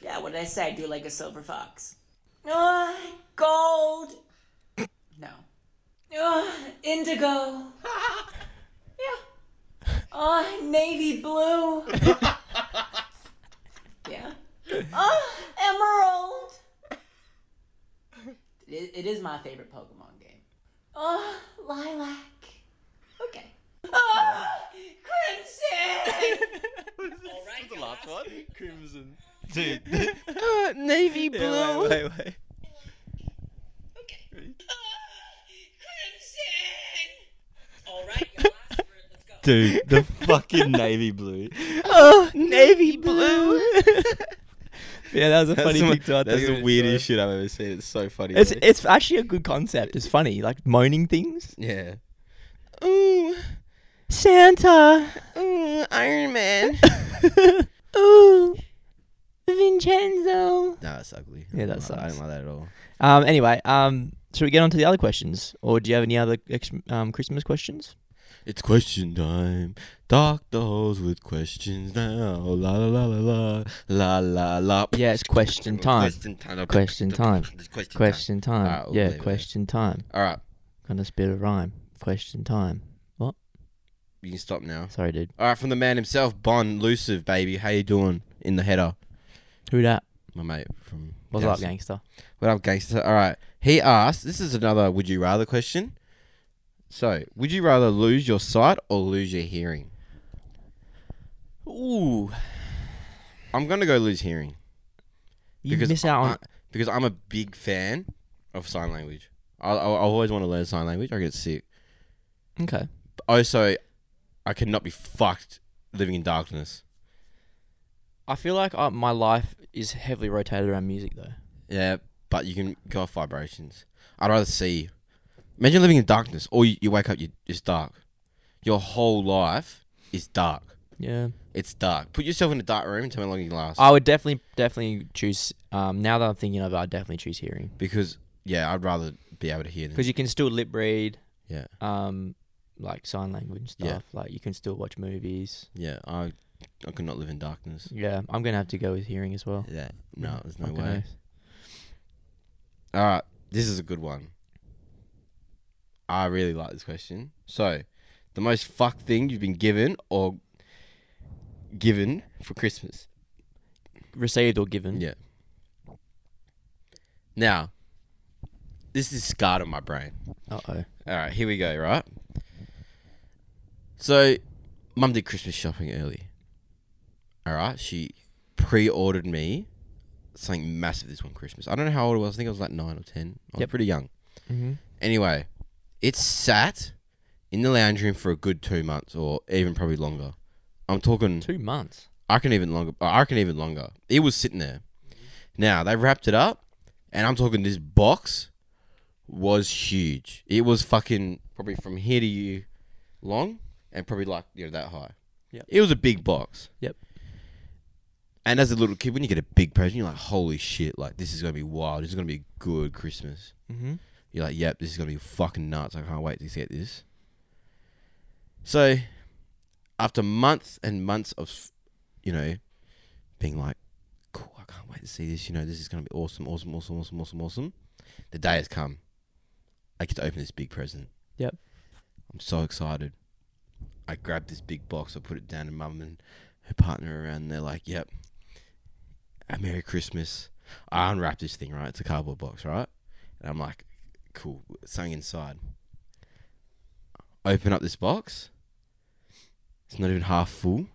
E: Yeah, what did I say? I do like a silver fox. Oh, gold. No. Oh, indigo. Yeah. Oh, navy blue. Yeah. Oh, emerald. It it is my favorite Pokemon game. Oh, lilac. Okay. Oh, crimson!
D: Navy blue.
E: crimson! All right, your last word. Let's go.
D: Dude, the fucking navy blue.
C: Ah, Navy blue. yeah, that was a funny
D: the,
C: TikTok.
D: that's the
C: Dude.
D: weirdest shit I've ever seen. It's so funny.
C: It's
D: though.
C: it's actually a good concept. It's funny, like moaning things.
D: yeah. Ooh,
C: Santa.
D: ooh, Iron Man.
C: Ooh, Vincenzo.
D: no, that's ugly.
C: Yeah, that
D: I don't like- I
C: sucks.
D: don't like that at all.
C: Um. Anyway, um. Should we get on to the other questions, or do you have any other ex- um, Christmas questions?
D: It's question time. Dark dolls with questions now. La la la la la la la la.
C: Yeah, it's question time.
D: Question time.
C: Question time.
D: It's Question,
C: Question time. Ah,
D: Alright, we'll
C: yeah,
D: leave it there.
C: question time.
D: All right.
C: Gonna spit a rhyme. Question time. What?
D: You can stop now.
C: Sorry, dude.
D: All right, from the man himself, Bon Lucive, baby. How you doing in the header?
C: Who that?
D: My mate from.
C: What's
D: Yes.
C: up, gangster?
D: What up, gangster? All right. He asked. This is another "Would you rather" question. So, would you rather lose your sight or lose your hearing?
C: Ooh,
D: I'm gonna go lose hearing
C: you miss out on.
D: I- because I'm a big fan of sign language. I, I, I always want to learn sign language. I get sick.
C: okay.
D: But also, I cannot be fucked living in darkness.
C: I feel like uh, my life is heavily rotated around music, though.
D: Yeah, but you can go off vibrations. I'd rather see. Imagine living in darkness, or you, you wake up, you, it's dark. Your whole life is dark.
C: Yeah.
D: It's dark. Put yourself in a dark room and tell me how long you can last.
C: I would definitely, definitely choose. Um, now that I'm thinking of it, I'd definitely choose hearing
D: because yeah, I'd rather be able to hear them.
C: because you can still lip read,
D: Yeah,
C: um, like sign language stuff.
D: Yeah.
C: Like you can still watch movies.
D: yeah. I I could not live in darkness.
C: Yeah, I'm gonna have to go with hearing as well.
D: Yeah, no, there's no
C: Fucking
D: way.
C: oath.
D: All right, this is a good one. I really like this question. So, the most fucked thing you've been given or given for Christmas.
C: Received or given.
D: Yeah. Now, this is scarred on my brain.
C: Uh oh.
D: All right, here we go, right? So, mum did Christmas shopping early. All right, she pre ordered me something massive this one Christmas. I don't know how old I was. I think I was like nine or 10. I was
C: Yep.
D: pretty young.
C: Mm-hmm.
D: Anyway, it sat in the lounge room for a good two months or even probably longer. I'm talking
C: Two months.
D: I reckon even longer. I reckon even longer. It was sitting there. Now they wrapped it up, and I'm talking this box was huge. It was fucking probably from here to you long, and probably like you know that high.
C: Yep.
D: It was a big box.
C: Yep.
D: And as a little kid, when you get a big present, you're like, "Holy shit! Like this is gonna be wild. This is gonna be a good Christmas."
C: Mm-hmm.
D: You're like, yep, this is gonna be fucking nuts. I can't wait to get this. So, after months and months of, you know, being like, cool, I can't wait to see this. You know, this is gonna be awesome, awesome, awesome, awesome, awesome, awesome. The day has come. I get to open this big present.
C: Yep.
D: I'm so excited. I grab this big box. I put it down to mum and her partner around. And they're like, yep. A Merry Christmas. I unwrap this thing, right? It's a cardboard box, right? And I'm like, cool, something inside. Open up this box. It's not even half full.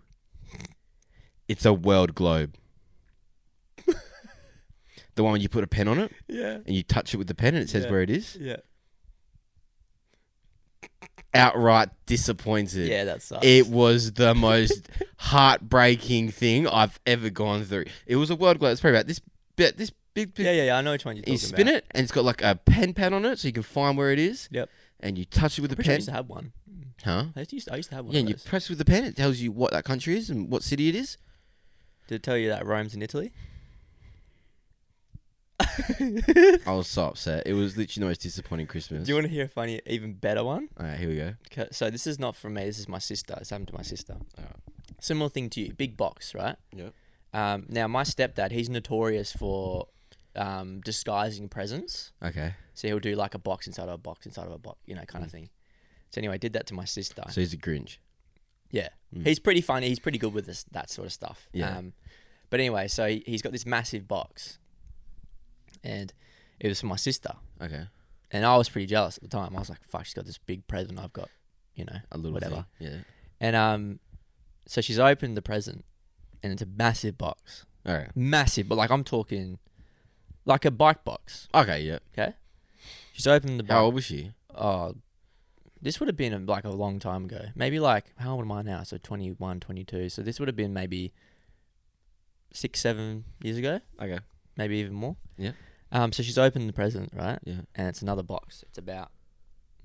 D: It's a world globe. the one where you put a pen on it
C: Yeah.
D: and you touch it with the pen and it says
C: Yeah.
D: where it is.
C: Yeah.
D: Outright disappointed.
C: Yeah, that sucks.
D: It was the most heartbreaking thing I've ever gone through. It was a world globe. It's probably about this bit, this big, big
C: yeah, yeah, yeah. I know which one you're talking
D: you spin
C: about.
D: it and it's got like a pen pad on it so you can find where it is.
C: Yep.
D: And you touch it with the
C: Pretty sure I
D: pen.
C: used to have one.
D: Huh?
C: I used to, I used to have one.
D: Yeah,
C: of
D: and you
C: those.
D: press with the pen, it tells you what that country is and what city it is.
C: Did it tell you that Rome's in Italy?
D: I was so upset. It was literally the most disappointing Christmas.
C: Do you want to hear a funny, even better one?
D: All right, here we go.
C: Okay, so this is not from me. This is my sister. It's happened to my sister.
D: Alright.
C: Similar thing to you. Big box, right?
D: Oh. Yep.
C: Um, now my stepdad, he's notorious for um, disguising presents.
D: Okay.
C: So he'll do like a box inside of a box inside of a box, you know, kind of thing. So anyway, I did that to my sister.
D: Mm. So he's a Grinch.
C: yeah, he's pretty funny. He's pretty good with this that sort of stuff.
D: Mm. Yeah.
C: Um, but anyway, so he- he's got this massive box, and it was for my sister,
D: Okay.
C: and I was pretty jealous at the time. I was like, "Fuck, she's got this big present. I've got, you know,
D: A little
C: whatever."
D: thing.
C: And um, so she's opened the present, and it's a massive box,
D: Yeah. All right.
C: massive, but like I'm talking, like a bike box.
D: Okay, yeah.
C: Okay, she's opened the
D: How
C: box.
D: old was she?
C: Oh, this would have been um, like a long time ago. Maybe like how old am I now? So 21, 22. So this would have been maybe six, seven years ago,
D: Okay.
C: maybe even more.
D: Yeah.
C: Um. So she's opened the present, right?
D: Yeah.
C: and it's another box. It's about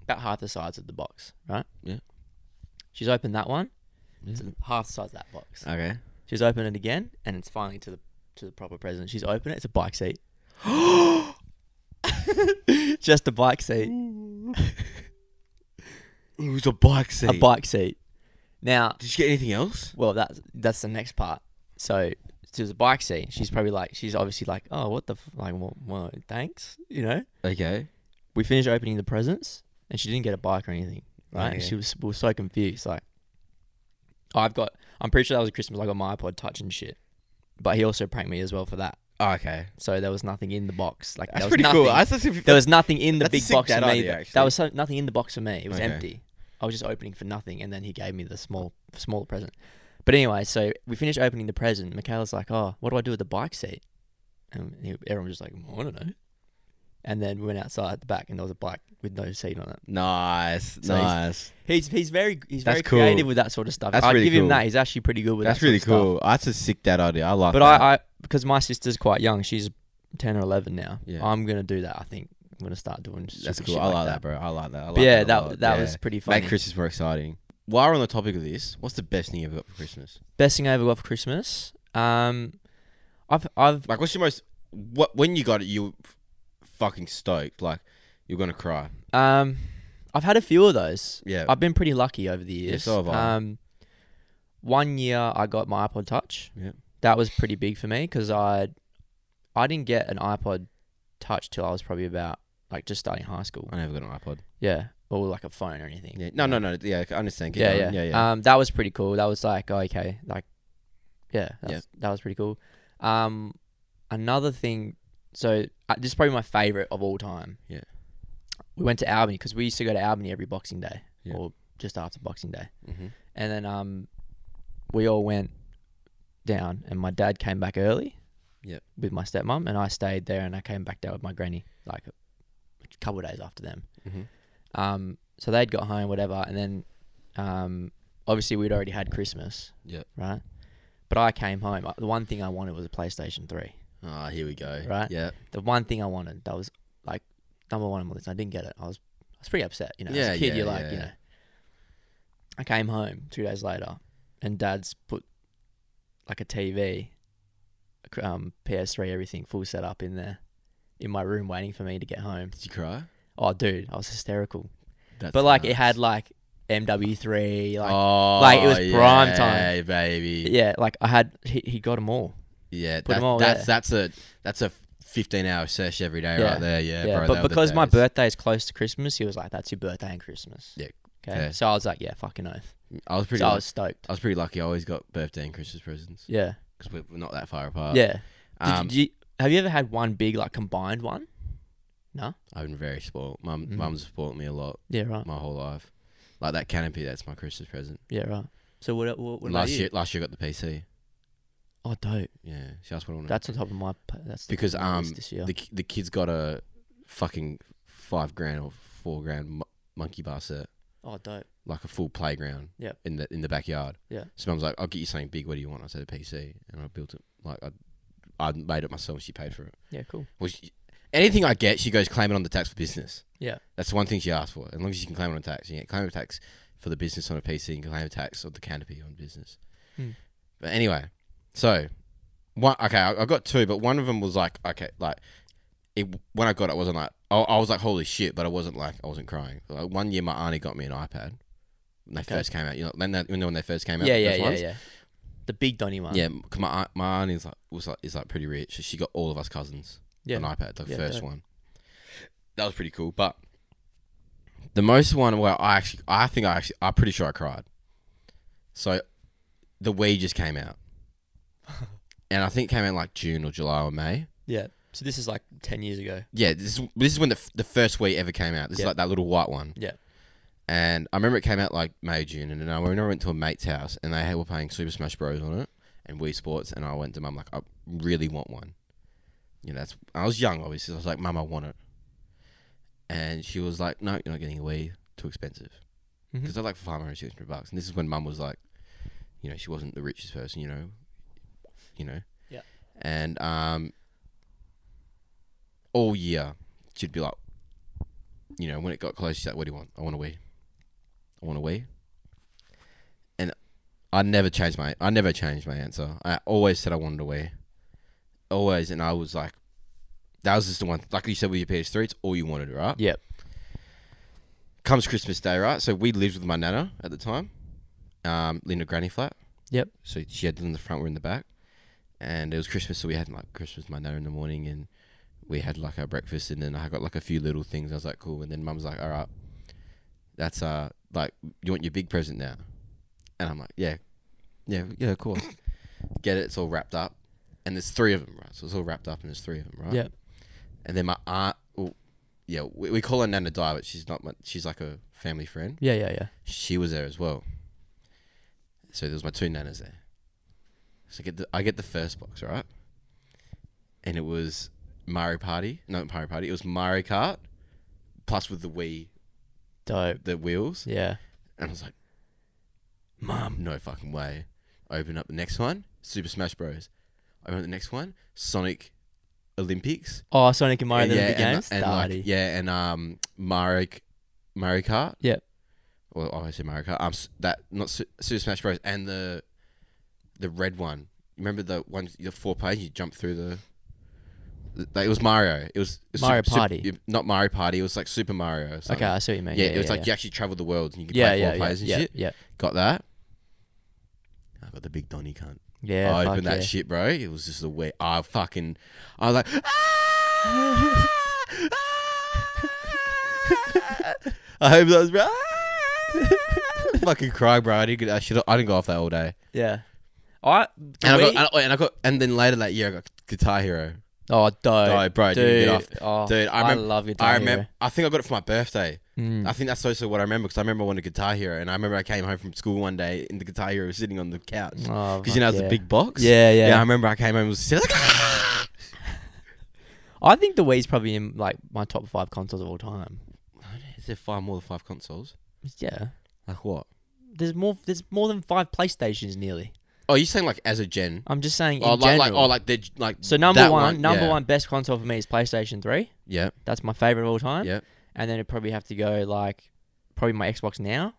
C: about half the size of the box, right?
D: Yeah.
C: She's opened that one. It's
D: Yeah.
C: half the size of that box.
D: Okay.
C: She's opened it again, and it's finally to the to the proper present. She's opened it. It's a bike seat. Just a bike seat.
D: It was a bike seat.
C: A bike seat. Now,
D: Did she get anything else?
C: well, that's that's the next part. So there's a bike seat. She's probably like, she's obviously like, oh, what the f-? like, well, well, thanks, you know.
D: Okay.
C: We finish opening the presents. and she didn't get a bike or anything. Right?
D: Oh, yeah.
C: She was we were so confused. Like, I've got. I'm pretty sure that was at Christmas. I got my iPod Touch and shit. But he also pranked me as well for that.
D: Oh, okay.
C: So there was nothing in the box. Like
D: That's
C: there was
D: pretty
C: nothing,
D: cool. I was if
C: There was nothing in the
D: That's a
C: big
D: sick
C: box for
D: dad
C: me.
D: idea,
C: that-
D: actually.
C: that was so, nothing in the box for me. It was
D: Okay.
C: empty. I was just opening for nothing, and then he gave me the small, small present. But anyway, so we finished opening the present. Michaela's like, "Oh, what do I do with the bike seat?" And he, everyone was just like, well, "I don't know." And then we went outside at the back, and there was a bike with no seat on it.
D: nice,
C: So he's-
D: nice.
C: He's he's very he's
D: That's
C: very
D: cool.
C: creative with that sort of stuff.
D: That's
C: I
D: really
C: give him
D: cool.
C: that. He's actually pretty good with
D: That's
C: that.
D: really
C: sort of
D: cool. That's a sick dad idea. I like
C: Stuff. But
D: that.
C: I, I because my sister's quite young. She's ten or eleven now.
D: Yeah.
C: I'm gonna do that. I think I'm gonna start doing.
D: that's
C: stupid
D: cool.
C: shit
D: I like that, bro. I like that. I like
C: But yeah,
D: a
C: that
D: lot.
C: that
D: Yeah.
C: was pretty funny.
D: Make Christmas more exciting. While we're on the topic of this, what's the best thing you ever got for Christmas?
C: Best thing I ever got for Christmas. Um, I've I've
D: Like, what's your most? What when you got it, you were f- fucking stoked. Like, you're gonna cry.
C: um, I've had a few of those.
D: Yeah.
C: I've been pretty lucky over the years.
D: so have I.
C: Um, one year I got my iPod Touch.
D: Yeah.
C: That was pretty big for me because I, I didn't get an iPod Touch till I was probably about like just starting high school.
D: I never got an iPod.
C: Yeah, or like a phone or anything.
D: Yeah. No, no, no. Yeah, I understand. Keep
C: yeah,
D: going.
C: yeah,
D: yeah, yeah.
C: Um, that was pretty cool. That was like, oh, okay, like, yeah, that, Was, that was pretty cool. Um, another thing, so uh, this is probably my favorite of all time.
D: Yeah.
C: we went to Albany because we used to go to Albany every Boxing Day
D: Yeah.
C: or just after Boxing Day,
D: Mhm.
C: and then um, we all went down, and my dad came back early.
D: Yep.
C: with my stepmom, and I stayed there, and I came back down with my granny like a couple of days after them.
D: Mhm.
C: Um, so they'd got home, whatever, and then um, obviously we'd already had Christmas,
D: Yep.
C: right? But I came home. I- The one thing I wanted was a PlayStation Three.
D: Ah, here we go.
C: Right?
D: Yeah.
C: The one thing I wanted that was like number one on my list. I didn't get it. I was I was pretty upset. You know, as
D: Yeah,
C: a kid,
D: yeah,
C: you're like,
D: yeah.
C: you know. I came home two days later, and Dad's put like a TV, a cr- um, PS3, everything full set up in there, in my room waiting for me to get home.
D: Did you cry?
C: Oh, dude, I was hysterical.
D: That's
C: but like, it
D: nuts.
C: had like MW3, like
D: oh,
C: like, it was prime time.
D: yeah, baby.
C: yeah, like I had he, he got them all.
D: Yeah,
C: Put 'em
D: that-
C: all
D: that's that's a that's a fifteen hour sesh every day
C: Yeah.
D: right there. Yeah,
C: yeah,
D: bro, they
C: but
D: were the
C: because my
D: days.
C: birthday is close to Christmas, he was like, "That's your birthday and Christmas."
D: Yeah,
C: Okay.
D: fair.
C: So I was like, "Yeah, fucking oath."
D: I was pretty
C: so I
D: lucky.
C: was stoked.
D: I was pretty lucky. I always got birthday and Christmas presents
C: Yeah.
D: because we're, we're not that far apart.
C: yeah. Did,
D: um,
C: did you, have you ever had one big like combined one? No.
D: I've been very spoiled. Mum,
C: Mm.
D: mum's spoiled me a lot
C: Yeah. Right.
D: my whole life. Like that canopy, that's my Christmas present.
C: Yeah. Right. So what? What, what
D: last
C: about you?
D: year, last year I got the PC.
C: Oh, dope.
D: Yeah, she asked what I wanted.
C: That's on top of my. p- That's the top
D: Mm. Because,
C: of my list
D: um,
C: this year.
D: the ki- the kids got a fucking five grand or four grand mo- monkey bar set.
C: oh, dope.
D: like a full playground
C: Yep.
D: in the in the backyard.
C: Yeah.
D: So mum's like, I'll get you something big. What do you want? I said a PC, and I built it. Like I, I made it myself. She paid for it.
C: Yeah. Cool.
D: Well, she, anything I get, she goes claim it on the tax for business.
C: Yeah.
D: That's the one thing she asked for. As long as you can claim it on tax, you can claim a tax for the business on a PC and claim a tax on the canopy on business.
C: Hmm.
D: But anyway, so one okay, I, I got two, but one of them was like okay, like it when I got it, I wasn't like I, I was like holy shit, but I wasn't like I wasn't crying. Like, one year, my auntie got me an iPad when they
C: Okay.
D: first came out. You know, when they, when they first came out.
C: Yeah.
D: the
C: Yeah.
D: first
C: Yeah.
D: ones.
C: Yeah. The big Donny one.
D: Yeah, m- 'cause my aunt, my aunt is like was like is like pretty rich. so She got all of us cousins
C: Yeah.
D: an iPad, the
C: Yeah,
D: first
C: dope.
D: one. That was pretty cool, but the most one where I actually I think I actually I'm pretty sure I cried. So the Wii just came out. and I think it came out in like June or July or May.
C: Yeah. So this is like ten years ago.
D: Yeah, this is this is when the f- the first Wii ever came out. This
C: Yeah.
D: is like that little white one.
C: Yeah.
D: And I remember it came out like May, June, and then I remember I went to a mate's house and they were playing Super Smash Bros on it and Wii Sports, and I went to mum like I really want one. You know, that's I was young obviously. so I was like, mum, I want it, and she was like, no, you're not getting a Wii, too expensive,
C: Mhm.
D: because they're like five hundred, six hundred bucks, and this is when mum was like, you know, she wasn't the richest person, you know, you know,
C: Yeah.
D: and um, all year she'd be like, you know, when it got close, she's like, "What do you want? I want a Wii. I want a Wii." And I never changed my I never changed my answer. I always said I wanted a Wii. Always, and I was like, that was just the one. Like you said with your PS3, it's all you wanted, right?
C: Yep.
D: Comes Christmas Day, right? So we lived with my nana at the time, um, in a granny flat.
C: Yep.
D: So she had them in the front, we're in the back, and it was Christmas. So we had like Christmas with my nana in the morning, and we had like our breakfast, and then I got like a few little things. I was like, cool. And then mum's like, all right, that's uh like you want your big present now, and I'm like, yeah, yeah, yeah, of course. Get it? It's all wrapped up, and there's three of them, right? So it's all wrapped up, and there's three of them, right?
C: Yeah.
D: And then my aunt, well, yeah, we, we call her Nana Di, but she's not my, she's like a family friend.
C: Yeah, yeah, yeah.
D: She was there as well. So there was my two nanas there. So I get the I get the first box, right? And it was Mario Party, no not Mario Party. It was Mario Kart, plus with the Wii,
C: Dope.
D: the wheels.
C: Yeah.
D: And I was like, Mom, no fucking way. Open up the next one, Super Smash Bros. Open up the next one, Sonic Olympics.
C: Oh, Sonic and Mario
D: And
C: yeah,
D: yeah,
C: the
D: and,
C: games.
D: and
C: Darty.
D: like, yeah, and um, Mario, K- Mario Kart.
C: Yep.
D: Well, obviously Mario Kart. Um, s- that not Su- Super Smash Bros. And the the red one. Remember the one the four players you jump through the. the- Like, it was Mario. It was it was
C: Mario
D: Sup- Sup-
C: Party.
D: yeah, not Mario Party. It was like Super Mario. Or something.
C: Okay, I see what you mean.
D: Yeah,
C: Yeah,
D: it was
C: yeah,
D: like
C: yeah.
D: you actually travel the world and you could
C: Yeah,
D: play
C: yeah,
D: four
C: yeah,
D: players and
C: yeah,
D: shit.
C: yeah,
D: Got that. I got the big Donny cunt.
C: yeah.
D: I
C: fuck
D: opened that
C: yeah.
D: shit, bro. It was just a way. I fucking. I was like. "Ah! Ah!" I hope that was. "Ah!" fucking cry, bro. I didn't. Get, I should. I didn't go off that all day.
C: Yeah. I,
D: And I
C: we-
D: got. And I got. And then later that year, I got Guitar Hero.
C: oh, dope.
D: Died, bro. I
C: Dude,
D: didn't get
C: Oh,
D: off. Dude, I remember.
C: love Guitar
D: I
C: Hero.
D: remember. I think I got it for my birthday.
C: Mm.
D: I think that's also what I remember because I remember I wanted Guitar Hero, and I remember I came home from school one day and the Guitar Hero was sitting on the couch because
C: Oh,
D: you know
C: fuck
D: it's
C: yeah.
D: a big box.
C: Yeah, yeah.
D: Yeah, I remember I came home and was sitting like. "Ah!"
C: I think the Wii's probably in like my top five consoles of all time.
D: Is there five more than five consoles?
C: Yeah.
D: Like what?
C: There's more. There's more than five PlayStations nearly.
D: Oh, you saying like as a gen?
C: I'm just saying in
D: oh, like, like
C: general.
D: oh, like the like.
C: so number
D: that
C: one, number
D: yeah.
C: one best console for me is PlayStation Three.
D: Yeah,
C: That's my favorite of all time.
D: yeah.
C: And then it'd probably have to go like probably my Xbox now.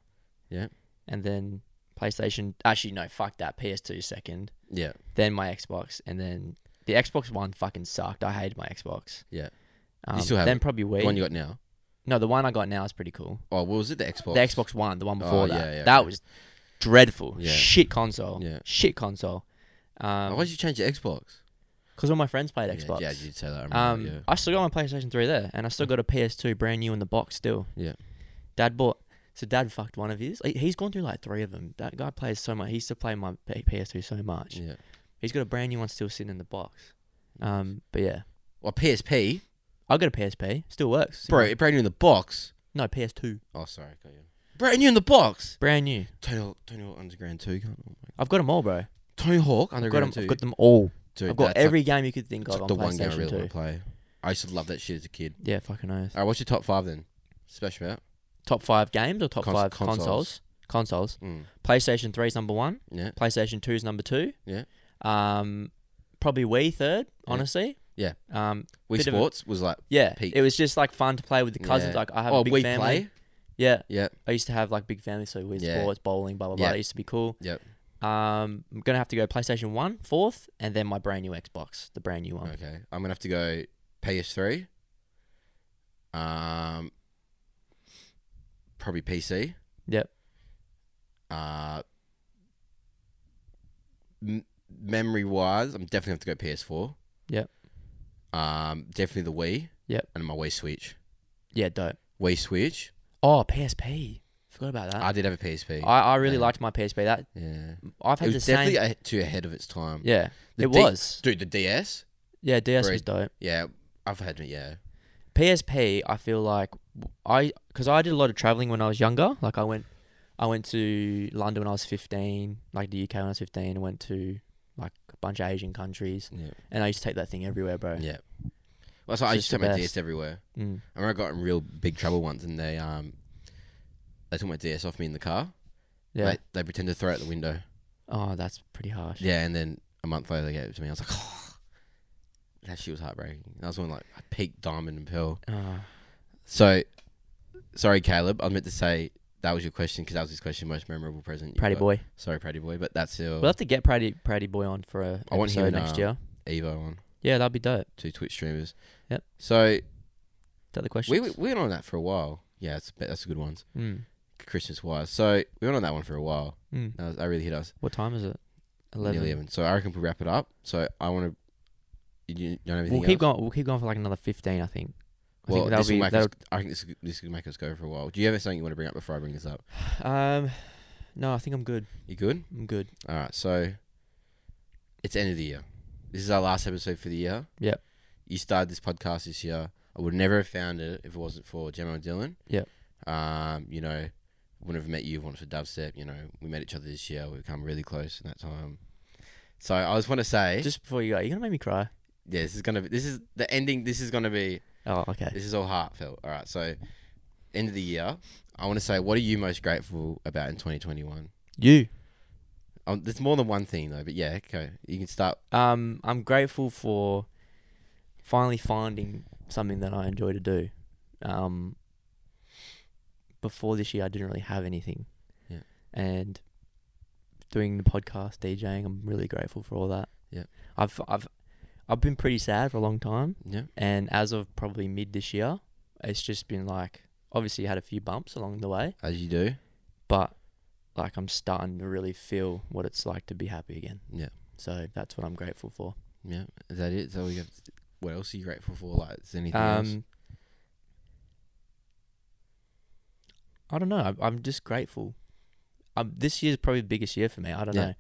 D: Yeah.
C: And then PlayStation. Actually, no. Fuck that. PS2 second.
D: Yeah,
C: Then my Xbox, and then the Xbox One fucking sucked. I hated my Xbox.
D: Yeah.
C: Um,
D: still have
C: then
D: it?
C: probably Wii.
D: the one you got now.
C: no, the one I got now is pretty cool.
D: Oh, what was it? The Xbox.
C: The Xbox One, the one
D: Oh,
C: before
D: yeah,
C: that.
D: yeah,
C: that
D: okay.
C: was dreadful.
D: Yeah.
C: Shit console.
D: Yeah.
C: Shit console.
D: Oh,
C: Um
D: why'd you change the Xbox?
C: 'cause all my friends played
D: Yeah,
C: Xbox.
D: Yeah, you did say that. I remember.
C: um,
D: yeah.
C: I still got my PlayStation 3 there, and I still got a PS2 brand new in the box still.
D: Yeah.
C: Dad bought. So dad fucked one of his. He- He's gone through like three of them. That guy plays so much. He used to play my P- PS2 so much.
D: Yeah.
C: He's got a brand new one still sitting in the box. Um, but yeah,
D: Well, PSP,
C: I got a PSP. Still works.
D: bro. It brand new in the box.
C: No PS2.
D: Oh, sorry, got you. Brand new in the box.
C: Brand new.
D: Tony Hawk, Tony Hawk Underground Two. can't- oh my-
C: I've got them all, bro.
D: Tony
C: I've
D: Hawk
C: got,
D: Underground
C: 'em-
D: Two.
C: I've got them all.
D: Dude,
C: I've got
D: that's
C: every
D: Like,
C: game you could think
D: it's
C: of
D: like
C: on
D: the one game I
C: PlayStation
D: really
C: 2.
D: want to play. I used to love that shit as a kid.
C: Yeah, fucking oath.
D: All right, what's your top five then? Smash Mouth.
C: Top five games or top
D: Cons-
C: five
D: consoles.
C: consoles? Consoles.
D: Mm.
C: PlayStation 3's number one.
D: Yeah.
C: PlayStation 2's number two.
D: Yeah.
C: Um, probably Wii third,
D: Yeah.
C: honestly.
D: Yeah.
C: Um,
D: Wii
C: Bit of a-
D: Sports was like.
C: yeah.
D: Peak.
C: It was just like fun to play with the cousins.
D: Yeah.
C: Like I have
D: oh,
C: a big
D: Wii
C: family.
D: Play.
C: Yeah.
D: Yeah.
C: I used to have like big family, so Wii
D: Yeah.
C: sports, bowling, blah blah blah.
D: Yeah.
C: That used to be cool.
D: Yep.
C: Um, I'm gonna have to go PlayStation One fourth, and then my brand new Xbox, the brand new one.
D: Okay. I'm gonna have to go PS3. Um. Probably PC.
C: Yep.
D: Uh. M- memory wise, I'm definitely gonna have to go PS4.
C: Yep.
D: Um. Definitely the Wii.
C: Yep.
D: And my Wii Switch.
C: Yeah, dope.
D: Wii Switch.
C: Oh, PSP. Forgot about that.
D: I did have a PSP.
C: Uh, I, I really
D: yeah.
C: liked my PSP. That
D: yeah.
C: I've
D: It
C: had the
D: was
C: same.
D: definitely a- too ahead of its time.
C: yeah,
D: The
C: it
D: D-
C: was.
D: Dude, the DS.
C: Yeah, DS
D: Great.
C: was dope.
D: Yeah. I've had it. Yeah.
C: PSP, I feel like I because I did a lot of traveling when I was younger. Like I went, I went to London when I was fifteen, like the UK when I was fifteen. and Went to like a bunch of Asian countries,
D: Yeah.
C: and I used to take that thing everywhere, bro.
D: Yeah. Well, so I
C: It's just
D: used to take
C: the
D: my
C: best.
D: DS everywhere.
C: Mm.
D: I remember I got in real big trouble once, and they um, they took my DS off me in the car.
C: Yeah.
D: Like, they pretended to throw it out the window.
C: Oh, that's pretty harsh.
D: Yeah, and then a month later they gave it to me. I was like, that shit was heartbreaking. That was when like I peaked Diamond and Pearl.
C: Oh,
D: So, sorry, Caleb. I meant to say that was your question because that was his question, most memorable present. you
C: Pratty
D: got.
C: boy.
D: Sorry, Pratty boy. But that's your
C: We'll have to get Pratty Pratty boy on for a
D: I want him
C: episode
D: in,
C: next
D: uh,
C: year.
D: Evo on
C: Yeah, that'd be dope. Is
D: two Twitch streamers.
C: Yep.
D: So
C: that the question?
D: we, we we went on that for a while. Yeah, that's that's a good one.
C: mm.
D: Christmas wise. So we went on that one for a while.
C: Mm.
D: That, was, that really hit us.
C: What time is it?
D: Nearly
C: Eleven.
D: 11. So I reckon we'll wrap it up. So I want to. You, you don't have anything
C: We'll keep
D: else?
C: going. We'll keep going for like another fifteen, I think. I
D: Well,
C: think that'll
D: this will
C: be
D: make
C: that'll,
D: us, I think this, this could make us go for a while. Do you have something you want to bring up before I bring this up?
C: um. No, I think I'm good.
D: You good?
C: I'm good.
D: All right, so it's end of the year. This is our last episode for the year.
C: Yep.
D: You started this podcast this year. I would never have found it if it wasn't for Gemma and Dylan.
C: Yep.
D: Um, you know, wouldn't have met you if it wasn't for Dubstep. You know, we met each other this year. We've come really close in that time. So I just want to say,
C: Just before you go, you're gonna make me cry.
D: yeah, this is gonna be this is the ending. This is gonna be
C: Oh, okay.
D: this is all heartfelt. All right, so end of the year. I want to say, what are you most grateful about in 2021?
C: You.
D: Um, there's more than one thing though, but yeah, okay. You can start
C: Um, I'm grateful for finally finding something that I enjoy to do. Um, before this year, I didn't really have anything.
D: Yeah.
C: And doing the podcast, DJing, I'm really grateful for all that.
D: Yeah.
C: I've I've I've been pretty sad for a long time,
D: Yeah.
C: and as of probably mid this year, it's just been like obviously had a few bumps along the way,
D: As you do.
C: but like I'm starting to really feel what it's like to be happy again.
D: Yeah.
C: So that's what I'm grateful for.
D: Yeah. Is that it? So we got what else are you grateful for? Like is there anything else?
C: Um, I don't know. I'm, I'm just grateful. Um, this year's probably the biggest year for me. I don't
D: Yeah.
C: know,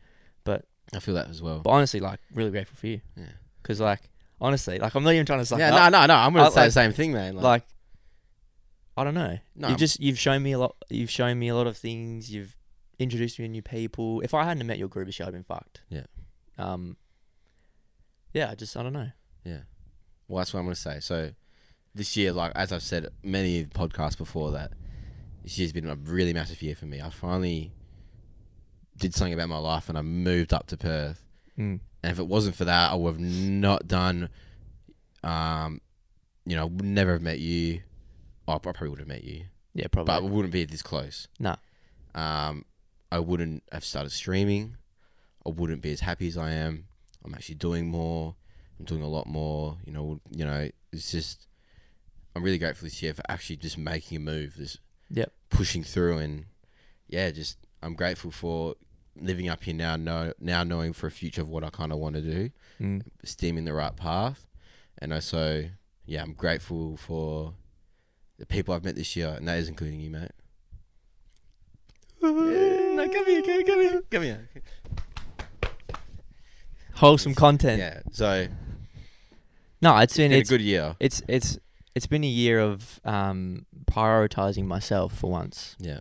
D: I feel that as well.
C: but honestly, like, really grateful for you.
D: Yeah.
C: Because, like, honestly, like, I'm not even trying to suck
D: yeah,
C: it up.
D: no, no, no. I'm gonna
C: I-
D: say
C: like-
D: the same thing, man. Like,
C: like, I don't know.
D: No,
C: you
D: I'm-
C: just you've shown me a lot. You've shown me a lot of things. You've introduced me to new people. If I hadn't have met your group of shit, I'd been fucked.
D: Yeah.
C: Um. Yeah, I just I don't know.
D: well, that's what I'm gonna say. So this year, like as I've said many podcasts before that, this year's been a really massive year for me. I finally did something about my life and I moved up to Perth.
C: Mm.
D: And if it wasn't for that, I would have not done. Um, you know, would never have met you. Oh, I probably would have met you,
C: Yeah, probably.
D: but we wouldn't be this close.
C: No.
D: Um, I wouldn't have started streaming. I wouldn't be as happy as I am. I'm actually doing more. I'm doing a lot more. You know, you know, it's just I'm really grateful this year for actually just making a move, just
C: Yep.
D: pushing through, and yeah, just I'm grateful for living up here now. Know now knowing for a future of what I kind of want to do,
C: Mm.
D: steaming the right path, and also yeah, I'm grateful for the people I've met this year, and that is including you, mate. No, come here, come here, come here, come here.
C: Wholesome content.
D: Yeah, so
C: No, it's
D: it's
C: been
D: been a
C: it's
D: good year.
C: it's it's it's been a year of um, prioritizing myself for once.
D: Yeah,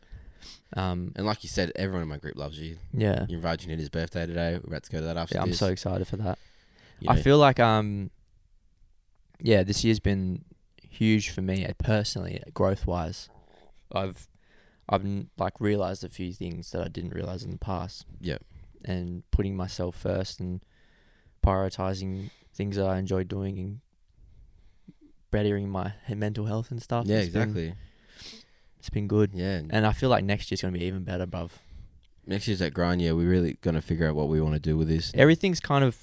C: Um,
D: and like you said, everyone in my group loves you.
C: yeah,
D: You invited you to his birthday today. We're about to go to that after
C: yeah. I'm
D: this.
C: so excited for that.
D: You know,
C: I feel like um, yeah, this year's been huge for me uh, personally, growth wise. I've I've n- like realized a few things that I didn't realize in the past.
D: Yep.
C: and putting myself first and prioritizing things that I enjoy doing and bettering my he- mental health and stuff.
D: yeah,
C: It's been-
D: exactly.
C: it's been good.
D: Yeah, and
C: And I feel like next year's gonna be even better, bruv.
D: next year's that grind year. We're really gonna figure out what we want to do with this.
C: Everything's kind of.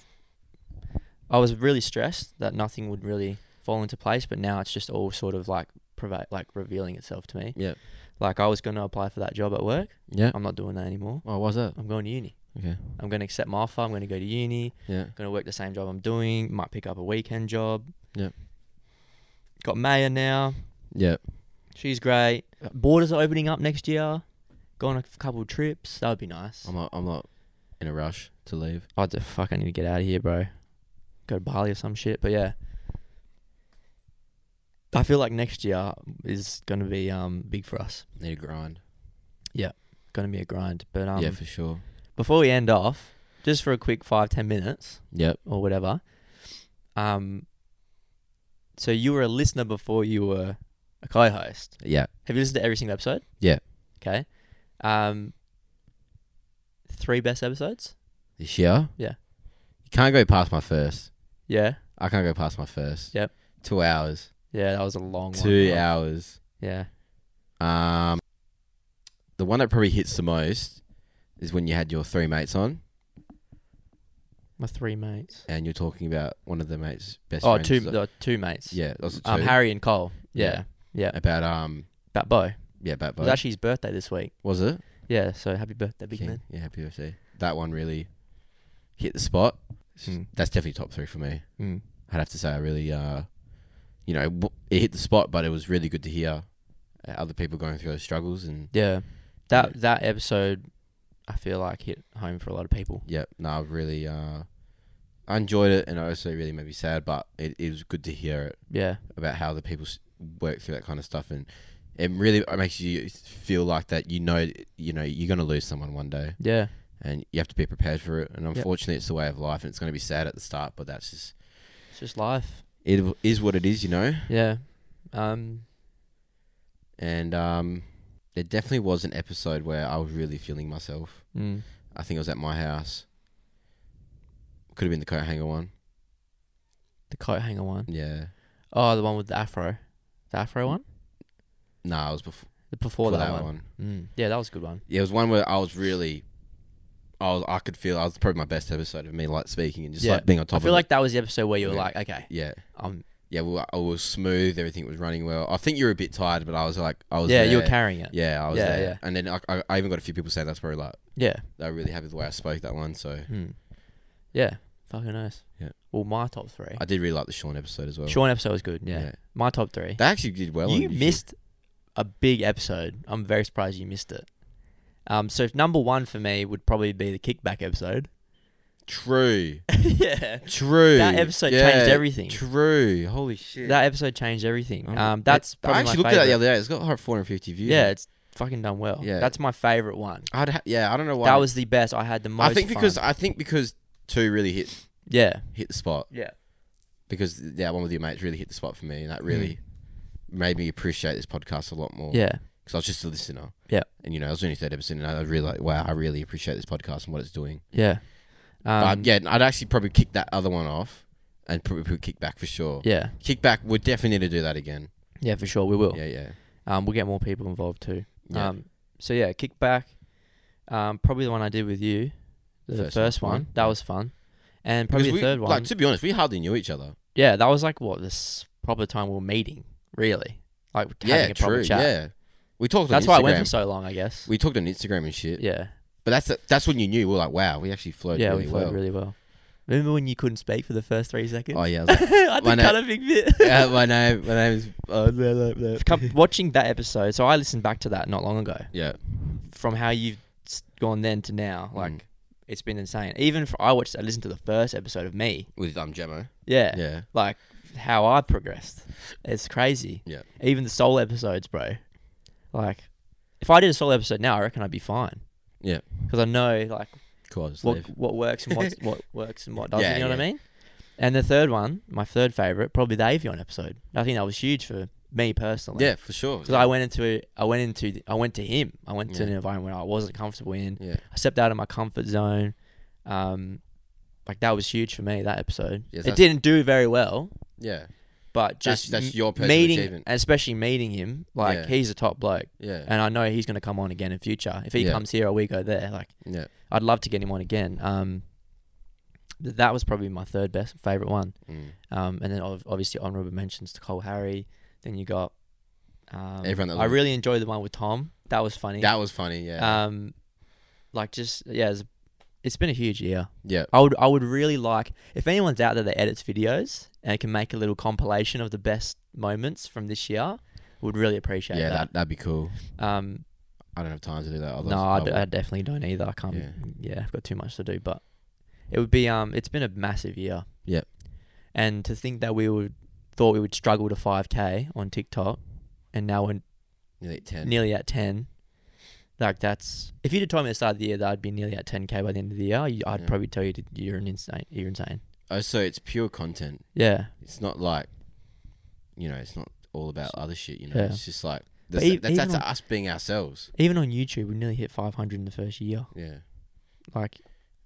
C: I was really stressed that nothing would really fall into place, but now it's just all sort of like provi- like revealing itself to me.
D: Yeah.
C: Like I was gonna apply for that job at work.
D: Yeah.
C: I'm not doing that anymore.
D: Oh, why's that?
C: I'm going to uni.
D: Okay.
C: I'm gonna accept my offer. I'm gonna go to uni.
D: Yeah.
C: Gonna work the same job I'm doing. Might pick up a weekend job.
D: Yep.
C: Got Maya now.
D: Yeah.
C: She's great. Uh, Borders are opening up next year. Go on a couple of trips. That would be nice.
D: I'm not. I'm not in a rush to leave.
C: Oh, the fuck! I need to get out of here, bro. Go to Bali or some shit. But yeah, I feel like next year is gonna be um big for us.
D: Need a grind.
C: Gonna be a grind. But um,
D: yeah, for sure.
C: before we end off, just for a quick five ten minutes
D: Yep.
C: or whatever, um, so you were a listener before you were a co-host.
D: Yeah.
C: Have you listened to every single episode?
D: Yeah.
C: Okay. Um, three best episodes.
D: This year.
C: Yeah.
D: You can't go past my first.
C: Yeah.
D: I can't go past my first.
C: Yep.
D: Two hours.
C: Yeah, that was a long one.
D: Two hours.
C: Yeah.
D: Um, the one that probably hits the most is when you had your three mates on,
C: My three mates.
D: and you're talking about one of the mates' best.
C: Oh,
D: friends.
C: two, the two mates.
D: yeah, that was the two.
C: Um, Harry and Cole.
D: Yeah.
C: Yeah. Yeah.
D: about um,
C: That bow. It
D: yeah, about
C: was actually his birthday this week.
D: was it?
C: Yeah. So happy birthday, big
D: Okay,
C: man.
D: Yeah, happy birthday. That one really hit the spot.
C: Mm.
D: That's definitely top three for me.
C: Mm.
D: I'd have to say I really uh, you know, w- it hit the spot, but it was really good to hear uh, other people going through those struggles. And
C: Yeah. That that episode I feel like hit home for a lot of people.
D: yeah, no, I really, uh, I enjoyed it, and it also really made me sad, but it, it was good to hear it
C: Yeah.
D: about how the people s- work through that kind of stuff, and it really makes you feel like that. You know, you know, you're gonna lose someone one day,
C: Yeah.
D: and you have to be prepared for it. And unfortunately, it's the way of life, and it's gonna be sad at the start, but that's just
C: It's just life.
D: it w- is what it is, you know.
C: Yeah. Um
D: And um, there definitely was an episode where I was really feeling myself.
C: mm.
D: I think it was at my house. Could have been the coat hanger one.
C: the coat hanger one.
D: Yeah.
C: Oh, the one with the afro. The afro one?
D: No, nah, it was before,
C: The before that,
D: that, one.
C: one. Mm. Yeah, that was a good one.
D: Yeah, it was one where I was really, I was, I could feel I was probably my best episode of me like speaking and just
C: Yeah.
D: like being on top
C: I feel
D: of
C: like
D: it.
C: that was the episode where you were
D: Yeah.
C: like, okay,
D: Yeah,
C: um,
D: yeah, we were, I was smooth. Everything was running well. I think you were a bit tired, but I was like, I was
C: yeah, you were
D: there.
C: carrying it.
D: Yeah, I was
C: Yeah,
D: there.
C: yeah.
D: And then I, I, I even got a few people saying that's probably like
C: Yeah.
D: they were really happy with the way I spoke that one. So
C: Mm. Yeah. Fucking nice.
D: Yeah.
C: Well, my top three.
D: I did really like the Sean episode as well.
C: Sean episode was good. Yeah.
D: Yeah.
C: My top three.
D: They actually did well.
C: you
D: on YouTube.
C: missed a big episode. I'm very surprised you missed it. Um, so number one for me would probably be the kickback episode.
D: True.
C: yeah.
D: True.
C: That episode
D: Yeah,
C: changed everything.
D: True. Holy shit.
C: That episode changed everything.
D: Oh,
C: Um,
D: it-
C: that's
D: I
C: probably
D: actually
C: my
D: looked
C: favorite.
D: at it the other day. It's got over 450 views.
C: yeah, it's fucking done well.
D: Yeah.
C: That's my favorite one.
D: I'd ha- yeah. I don't know why.
C: That was the best. I had the most.
D: I think
C: fun.
D: because I think because two really hit
C: yeah,
D: hit the spot
C: yeah,
D: because that one with your mates really hit the spot for me and that
C: Mm.
D: really made me appreciate this podcast a lot more.
C: yeah,
D: Because I was just a listener.
C: Yeah.
D: And you know I was only third episode and I was really like wow I really appreciate this podcast and what it's doing.
C: yeah. Um,
D: but yeah, I'd actually probably kick that other one off and probably put kick back for sure.
C: yeah,
D: Kick back. We definitely need to do that again.
C: yeah, for sure. We will.
D: Yeah. Yeah.
C: Um, we'll get more people involved too.
D: Yeah.
C: Um, so yeah, kickback. Um, probably the one I did with you, the
D: First
C: first,
D: one.
C: one.
D: Yeah.
C: That was fun, and
D: Because
C: probably the
D: we-
C: third one.
D: Like to be honest, we hardly knew each other.
C: yeah, that was like what this proper time we were meeting. Really, like having
D: yeah,
C: a proper
D: true.
C: chat.
D: Yeah, we talked.
C: That's
D: on
C: why
D: Instagram.
C: I went for so long, I guess.
D: we talked on Instagram and shit.
C: yeah,
D: But that's that's when you knew. We were like, wow, we actually flowed
C: yeah,
D: really
C: we flowed
D: well.
C: really well. Remember when you couldn't speak for the first three seconds?
D: oh yeah, I was like,
C: I
D: Why
C: did
D: not?
C: cut a big bit.
D: yeah, my name, my name is. Uh, blah, blah, blah.
C: Come, watching that episode, so I listened back to that not long ago.
D: yeah,
C: From how you've s- gone then to now, like
D: Mm.
C: it's been insane. Even for, I watched, I listened to the first episode of me.
D: with um Gemmo.
C: Yeah,
D: Yeah,
C: like how I progressed. It's crazy.
D: Yeah.
C: Even the solo episodes, bro. Like, if I did a solo episode now, I reckon I'd be fine.
D: Yeah.
C: Because I know like
D: cause
C: what what works and what's, what works and what doesn't.
D: Yeah,
C: you know what
D: yeah.
C: I mean? And the third one, my third favorite, probably the Avion episode. I think that was huge for me personally.
D: yeah, for sure.
C: Because I went into I went into th- I went to him. I went to
D: Yeah.
C: an environment where I wasn't comfortable in.
D: yeah,
C: I stepped out of my comfort zone. Um, like that was huge for me. That episode.
D: Yes,
C: it
D: that's-
C: didn't do very well,
D: yeah,
C: but
D: That's-
C: just
D: that's
C: m-
D: your personal
C: meeting,
D: achievement.
C: and especially meeting him. Like
D: Yeah.
C: he's a top bloke,
D: yeah,
C: and I know he's going to come on again in future. If he
D: Yeah.
C: comes here or we go there, like
D: yeah.
C: I'd love to get him on again. Um, th- that was probably my third best favorite one.
D: Mm.
C: Um, and then ob- obviously honorable mentions to Cole Harry. Then you got um,
D: Everyone that
C: I
D: was-
C: really enjoyed the one with Tom. That was funny.
D: That was funny. Yeah,
C: um, like just yeah, it's, it's been a huge year.
D: yeah,
C: I would I would really like if anyone's out there that edits videos and can make a little compilation of the best moments from this year, would really appreciate
D: yeah.
C: that.
D: That that'd be cool.
C: Um,
D: I don't have time to do that. Otherwise,
C: no, I, d-
D: would-
C: I definitely don't either. I can't.
D: Yeah.
C: Yeah. I've got too much to do. But it would be um, it's been a massive year.
D: Yep.
C: And to think that we would thought we would struggle to 5k on TikTok, and now we're
D: nearly at ten.
C: nearly at 10. Like that's if you'd have told me at the start of the year that I'd be nearly at 10k by the end of the year, you- I'd
D: Yeah.
C: probably tell you to, you're an insane. You're insane.
D: Oh, so it's pure content.
C: Yeah.
D: It's not like, you know, it's not all about other shit. You know,
C: Yeah.
D: it's just like
C: But
D: that's,
C: e-
D: that's,
C: even
D: that's
C: on-
D: us being ourselves.
C: Even on YouTube, we nearly hit 500 in the first year.
D: Yeah,
C: Like.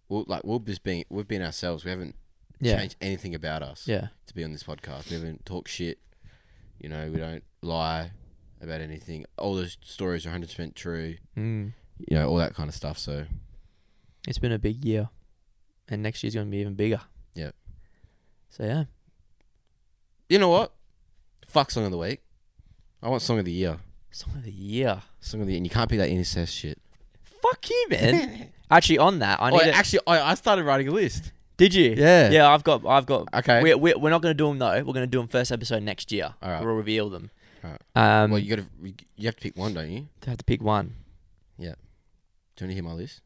D: we're like we're just being we've been ourselves. We haven't
C: Yeah.
D: changed anything about us
C: Yeah.
D: to be on this podcast. We haven't talked shit. You know, we don't lie about anything. All those stories are hundred percent true.
C: Mm.
D: You know, all that kind of stuff. So
C: It's been a big year, and next year's gonna be even bigger.
D: Yep.
C: So yeah.
D: you know what? Fuck song of the week. I want song of the year.
C: Song of the year.
D: Song of the year. And you can't be that incest shit.
C: Fuck you, man. Actually, on that, I
D: Oh,
C: need to
D: actually, I, I started writing a list.
C: Did you?
D: Yeah.
C: Yeah, I've got. I've got.
D: Okay.
C: We're, we're, we're not going to do them though. We're going to do them first episode next year.
D: All right.
C: We'll reveal them.
D: All right.
C: Um, well,
D: Well,
C: you
D: you got to you have to pick one, don't you?
C: have to pick one.
D: Do you want to hear my list?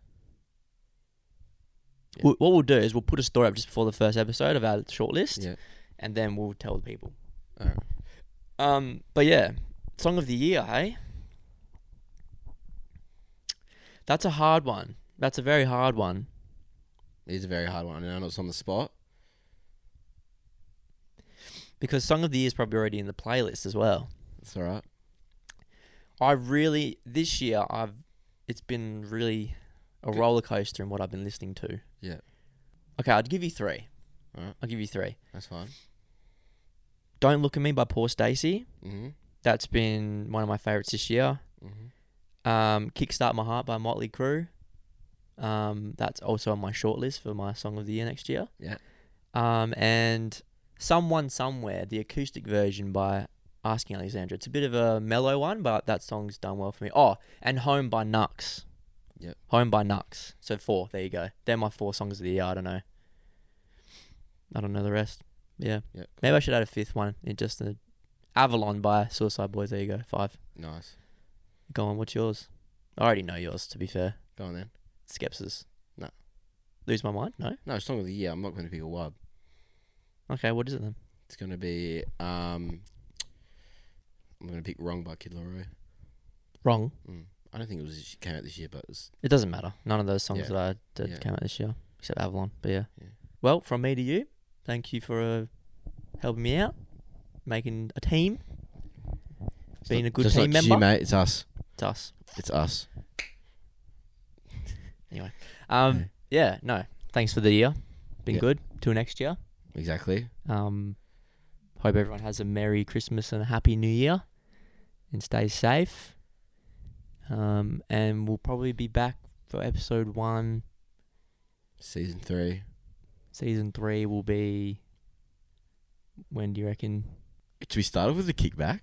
D: Yeah.
C: W What we'll do is we'll put a story up just before the first episode of our shortlist,
D: Yeah.
C: and then we'll tell the people.
D: All right.
C: Um, but yeah, song of the year, hey. That's a hard one. That's a very hard one.
D: It's a very hard one. I know it's on the spot.
C: because song of the year is probably already in the playlist as well.
D: It's all right.
C: I really this year I've it's been really a
D: Good.
C: roller coaster in what I've been listening to.
D: Yeah.
C: Okay, I'd give you three.
D: Alright.
C: I'll give you three.
D: That's fine.
C: Don't look at me by Paul Stacy.
D: Mm-hmm.
C: That's been one of my favorites this year.
D: Mhm.
C: Um, Kickstart My Heart by Motley Crue. Um, that's also on my shortlist for my song of the year next year.
D: Yeah.
C: Um, and Someone Somewhere, the acoustic version by Asking Alexandra. It's a bit of a mellow one, but that song's done well for me. Oh, and Home by Nux.
D: Yep.
C: Home by Nux. So four. There you go. They're my four songs of the year. I don't know. I don't know the rest. Yeah.
D: Yep.
C: Maybe I should add a fifth one. It just the Avalon by Suicide Boys. There you go. Five.
D: Nice.
C: Go on. What's yours? I already know yours. To be fair,
D: Go on then.
C: Skepsis.
D: No.
C: Lose my mind. No.
D: No, song of the year. I'm not going to pick a wub.
C: Okay. What is it then?
D: It's going to be. um I'm going to pick wrong by Kid Laroi.
C: Wrong.
D: Mm. I don't think it was it came out this year, but it was
C: It doesn't matter. None of those songs
D: Yeah.
C: that I did
D: Yeah.
C: came out this year, except Avalon. But yeah.
D: Yeah.
C: Well, from me to you, thank you for uh, helping me out, making a team, being a good
D: just
C: team
D: not
C: member.
D: You, mate. It's us.
C: It's us.
D: It's us.
C: Um, yeah, no. Thanks for the year. Been
D: Yeah.
C: good. Till next year.
D: Exactly.
C: Um, hope everyone has a Merry Christmas and a Happy New Year and stay safe. Um, and we'll probably be back for episode one.
D: Season three.
C: Season three will be. When do you reckon?
D: Should we start off with the kickback?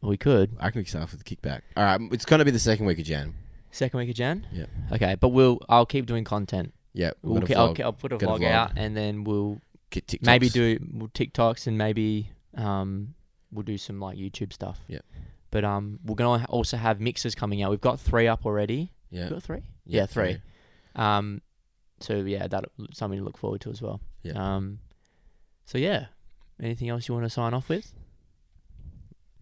C: We could.
D: I can start off with the kickback. All right. It's going to be the second week of Jan.
C: Second week of Jan?
D: Yeah.
C: Okay, but we'll. I'll keep doing content.
D: Yeah.
C: We'll
D: gonna
C: ke- I'll,
D: vlog,
C: ke- I'll put a
D: Get a
C: vlog,
D: vlog.
C: out and then we'll
D: get TikToks.
C: maybe do we'll TikToks and maybe um we'll do some like YouTube stuff.
D: Yeah.
C: But um we're gonna ha- also have mixes coming out. We've got three up already.
D: Yeah.
C: We've got three. Yeah, three. Um, so yeah, that something to look forward to as well.
D: Yeah.
C: Um, so yeah, anything else you want to sign off with?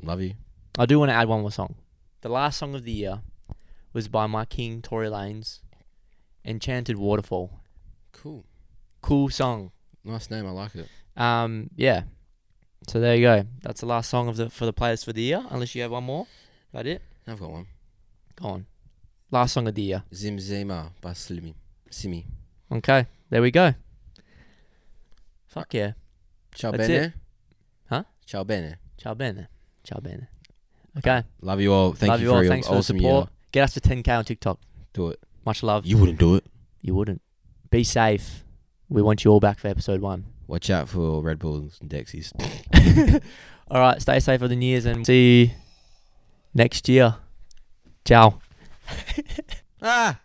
D: Love you.
C: I do want to add one more song. The last song of the year was by my king Tory Lanez, "Enchanted Waterfall."
D: Cool.
C: Cool song.
D: Nice name. I like it.
C: Um, yeah. So there you go. That's the last song of the for the playlist for the year. Unless you have one more, Is that it.
D: I've got one.
C: Go on. Last song of the year.
D: Zim Zima by Slimmy. Simi.
C: Okay, there we go. Fuck yeah.
D: Ciao
C: That's
D: bene.
C: it. Huh?
D: Ciao bene.
C: Ciao bene. Ciao bene. Okay.
D: Love you all. Thank
C: Love
D: you
C: you,
D: for
C: all.
D: your
C: Thanks for the
D: awesome
C: support.
D: year.
C: Get us to 10k on TikTok.
D: Do it.
C: Much love.
D: You wouldn't do it.
C: You wouldn't. Be safe. We want you all back for episode one.
D: Watch out for Red Bulls and Dexies.
C: All right. Stay safe for the New Year's and see you next year. Ciao.
D: ah!